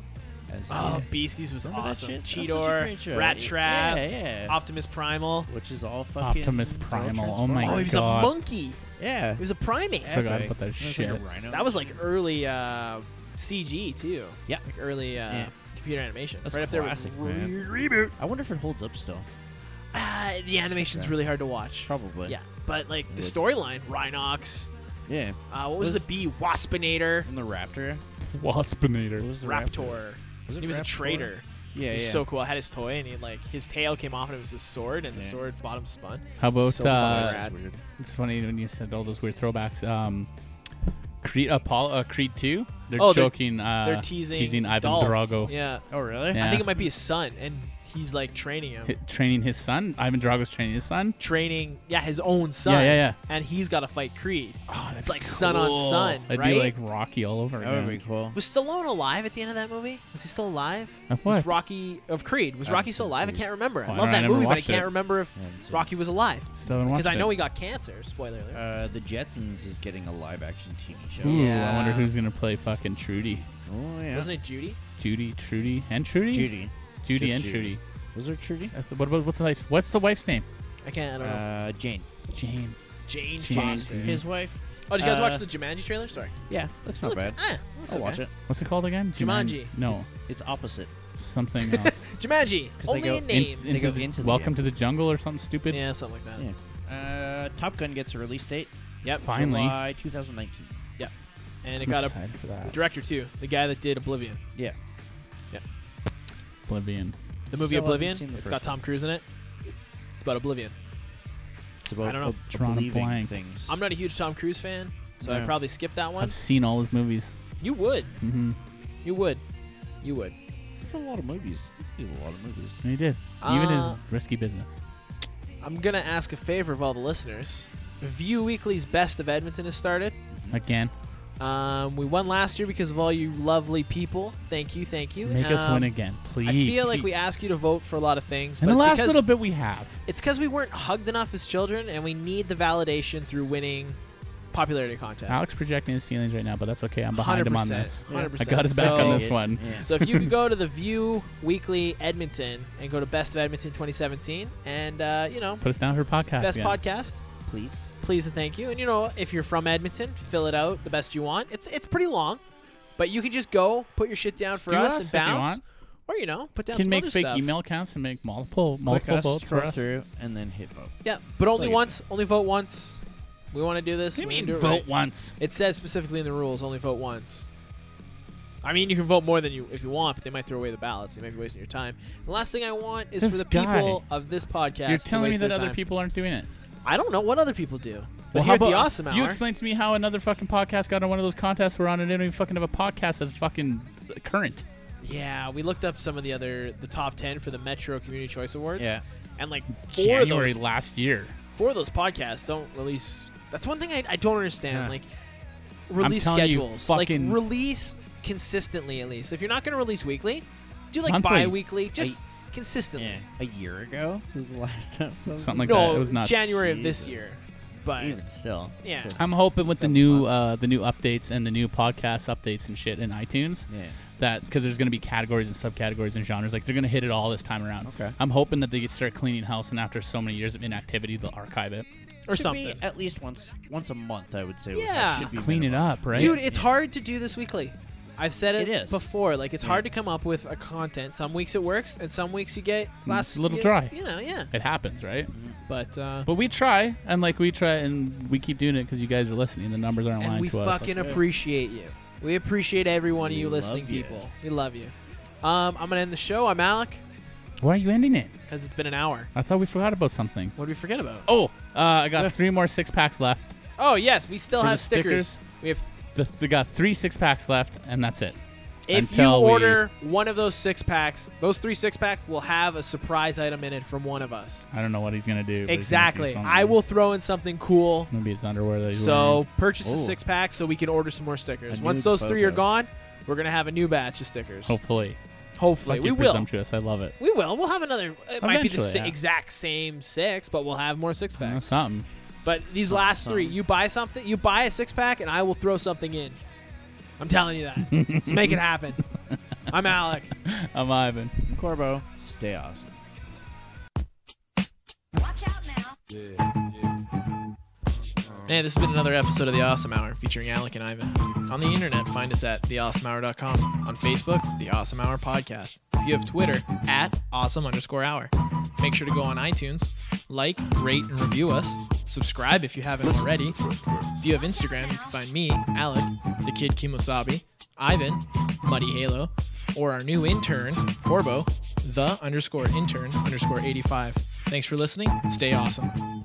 as Oh, yet. Beasties was Remember that awesome. shit? That was such a great Cheetor, show. Rat Trap, Yeah, yeah. Oh, Optimus Primal. which is all fucking Optimus pro Primal. Oh my Oh, he Transformers. was God. a monkey. Yeah. He was a primate. Yeah. forgot Epic. about that It was like shit. a rhino. That was like early uh, CG too. Yeah. Like early uh, Yeah. computer animation. That's right classic, up there with man. re- reboot. I wonder if it holds up still. Uh, the animation's really hard to watch. Probably. Yeah, but like the Would. storyline, Rhinox. Yeah. Uh, what was, Was- the bee? Waspinator, And the raptor. What Waspinator. was the Raptor. Was it he was a Raptor? traitor. Yeah, he was yeah. so cool. I had his toy, and he like his tail came off, and it was his sword, and the Yeah. sword bottom spun. How about So fucking uh, rad. Weird. It's funny when you said all those weird throwbacks. Um, Creed, Apollo, uh, Creed Two. They're Oh, they're- joking. uh, They're teasing, Ivan Dolph. Drago, Yeah. Oh really? Yeah. I think it might be his son, and he's like training him. hi- training his son. Ivan Drago's training his son. training, yeah, his own son. Yeah, yeah, yeah. And he's got to fight Creed. Oh, it's like son on son, I'd right? be like Rocky all over That would again. be cool. was Stallone alive at the end of that movie? Was he still alive? Of Was what? Rocky of Creed? Was I Rocky haven't still seen alive? I Creed. can't remember. I Oh, I love don't- I that never movie, but I watched can't it. remember if I haven't seen Rocky was alive. Still haven't Because watched I know it. he got cancer. Spoiler alert. Uh, the Jetsons is getting a live action TV show. Ooh, I Yeah. wonder who's gonna play fucking Trudy, Oh yeah. Wasn't it Judy? Judy, Trudy, and Trudy, Judy? Judy Just and Judy. Trudy. Was there Trudy? That's the- What about what's the wife? What's the wife's name? I can't. I don't know. Uh, Jane. Jane. Jane Uh, Jane. Mm-hmm. Foster. His wife. Oh, did you guys Uh, watch the Jumanji trailer? Sorry. Yeah, looks not bad. Ah, looks I'll okay. watch it. What's it called again? Juman- Jumanji. No, It's opposite. something else. Jumanji, 'Cause they only go in In- name. They go the- into the Welcome to the Jungle or something stupid. yeah, something like that. Yeah. Uh, Top Gun gets a release date Yep. Finally. July 2019. And it I'm got a excited for that. director too, the guy that did Oblivion, Yeah. Oblivion. the movie Still haven't Oblivion. seen the It's first got one. Tom Cruise in it. It's about Oblivion. It's about I don't know. ob- Drawn a believing blank. things. I'm not a huge Tom Cruise fan, so I'd Yeah. probably skip that one. I've seen all his movies. You would. Mm-hmm. You would. You would. It's a lot of movies. It's a lot of movies. He did. Even Uh, his risky business. I'm gonna ask a favor of all the listeners. View Weekly's Best of Edmonton has started. Again, Um, we won last year because of all you lovely people. Thank you, thank you. make us win Um, again, please. I feel like we ask you to vote for a lot of things, but In the it's last because little bit we have. it's because we weren't hugged enough as children, and we need the validation through winning popularity contests. Alex projecting his feelings right now, but that's okay. I'm behind him on this. 100%, 100%. I got his back So- on this one. Yeah. So if you could go to the View Weekly Edmonton and go to Best of Edmonton 2017, and uh, you know Put us down for podcast. Best again. Podcast, Please. please and thank you. And you know if you're from Edmonton, fill it out the best you want. It's it's pretty long, but you can just go put your shit down Just for do us, us and if you bounce, want. or you know put down can some make other fake stuff. email accounts and make multiple multiple Click us, votes for scroll us. through, and then hit vote. Yeah, but all only you do. once. Only vote once. We want to do this. What do you we wanna mean do it vote right. once? It says specifically in the rules, only vote once. I mean, you can vote more than you if you want, but they might throw away the ballots. you might be wasting your time. The last thing I want is This for the guy. people of this podcast. You're to telling me waste that their other time. people aren't doing it. I don't know what other people do. But here well, how at the about awesome hour, you explain to me how another fucking podcast got on one of those contests we're on and they don't even fucking have a podcast that's fucking current. yeah, we looked up some of the other the top ten for the Metro Community Choice Awards. Yeah. and like four January of those last year. four of those podcasts don't release. That's one thing I, I don't understand. Yeah. Like release telling you, schedules, fucking- like release consistently at least. If you're not going to release weekly, do like Monthly. bi-weekly, just consistently. Yeah. A year ago was the last time. Something, Something like no, that. It was nuts. January of this Jesus. year. But Even still. Yeah. So- I'm hoping with the Seven new months. uh, the new updates and the new podcast updates and shit in iTunes yeah. that because there's going to be categories and subcategories and genres like they're going to hit it all this time around. Okay. I'm hoping that they start cleaning house and after so many years of inactivity they'll archive it, or Should something. Be at least once once a month, I would say. Yeah. That should be clean it minimum. up, right? Dude, it's hard to do this weekly. I've said it, It is. before. Like it's hard to come up with a content. Some weeks it works, and some weeks you get last a little you- dry. You know, yeah. it happens, right? But uh, But we try and like we try and we keep doing it because you guys are listening. The numbers aren't and lying we to us. fucking appreciate you. We appreciate every one of you We listening love you. people. We love you. Um, I'm gonna end the show. I'm Alec Why are you ending it? because it's been an hour. I thought we forgot about something. What did we forget about? Oh, uh, I got three more six packs left. Oh yes, we still For the have stickers. stickers. We have. The, they got three six packs left, and that's it. If Until you we- order one of those six packs, those three six pack will have a surprise item in it from one of us. I don't know what he's gonna do. but he's gonna do Exactly. something. I will throw in something cool. Maybe it's underwear that he's So wearing. purchase a Oh. Ooh. six pack so we can order some more stickers. A Once new those three are photo. gone, we're gonna have a new batch of stickers. hopefully, Hopefully, Fuck we you, will. Presumptuous. I love it. We will. We'll have another. It might be the Eventually, sa- yeah. exact same six, but we'll have more six That's packs. something. But these Some- last three, some. you buy something, you buy a six pack, and I will throw something in. I'm telling you that. Let's make it happen. I'm Alec. I'm Ivan. Corbo, stay awesome. Watch out now. Hey, this has been another episode of The Awesome Hour featuring Alec and Ivan. On the internet, find us at theawesomehour.com. On Facebook, The Awesome Hour Podcast. If you have Twitter, at awesome underscore hour. Make sure to go on iTunes, like, rate, and review us. Subscribe if you haven't already. If you have Instagram, you can find me, Alec, the kid Kimosabi, Ivan, Muddy Halo, or our new intern, Corbo, the underscore intern underscore 85. Thanks for listening. and Stay awesome.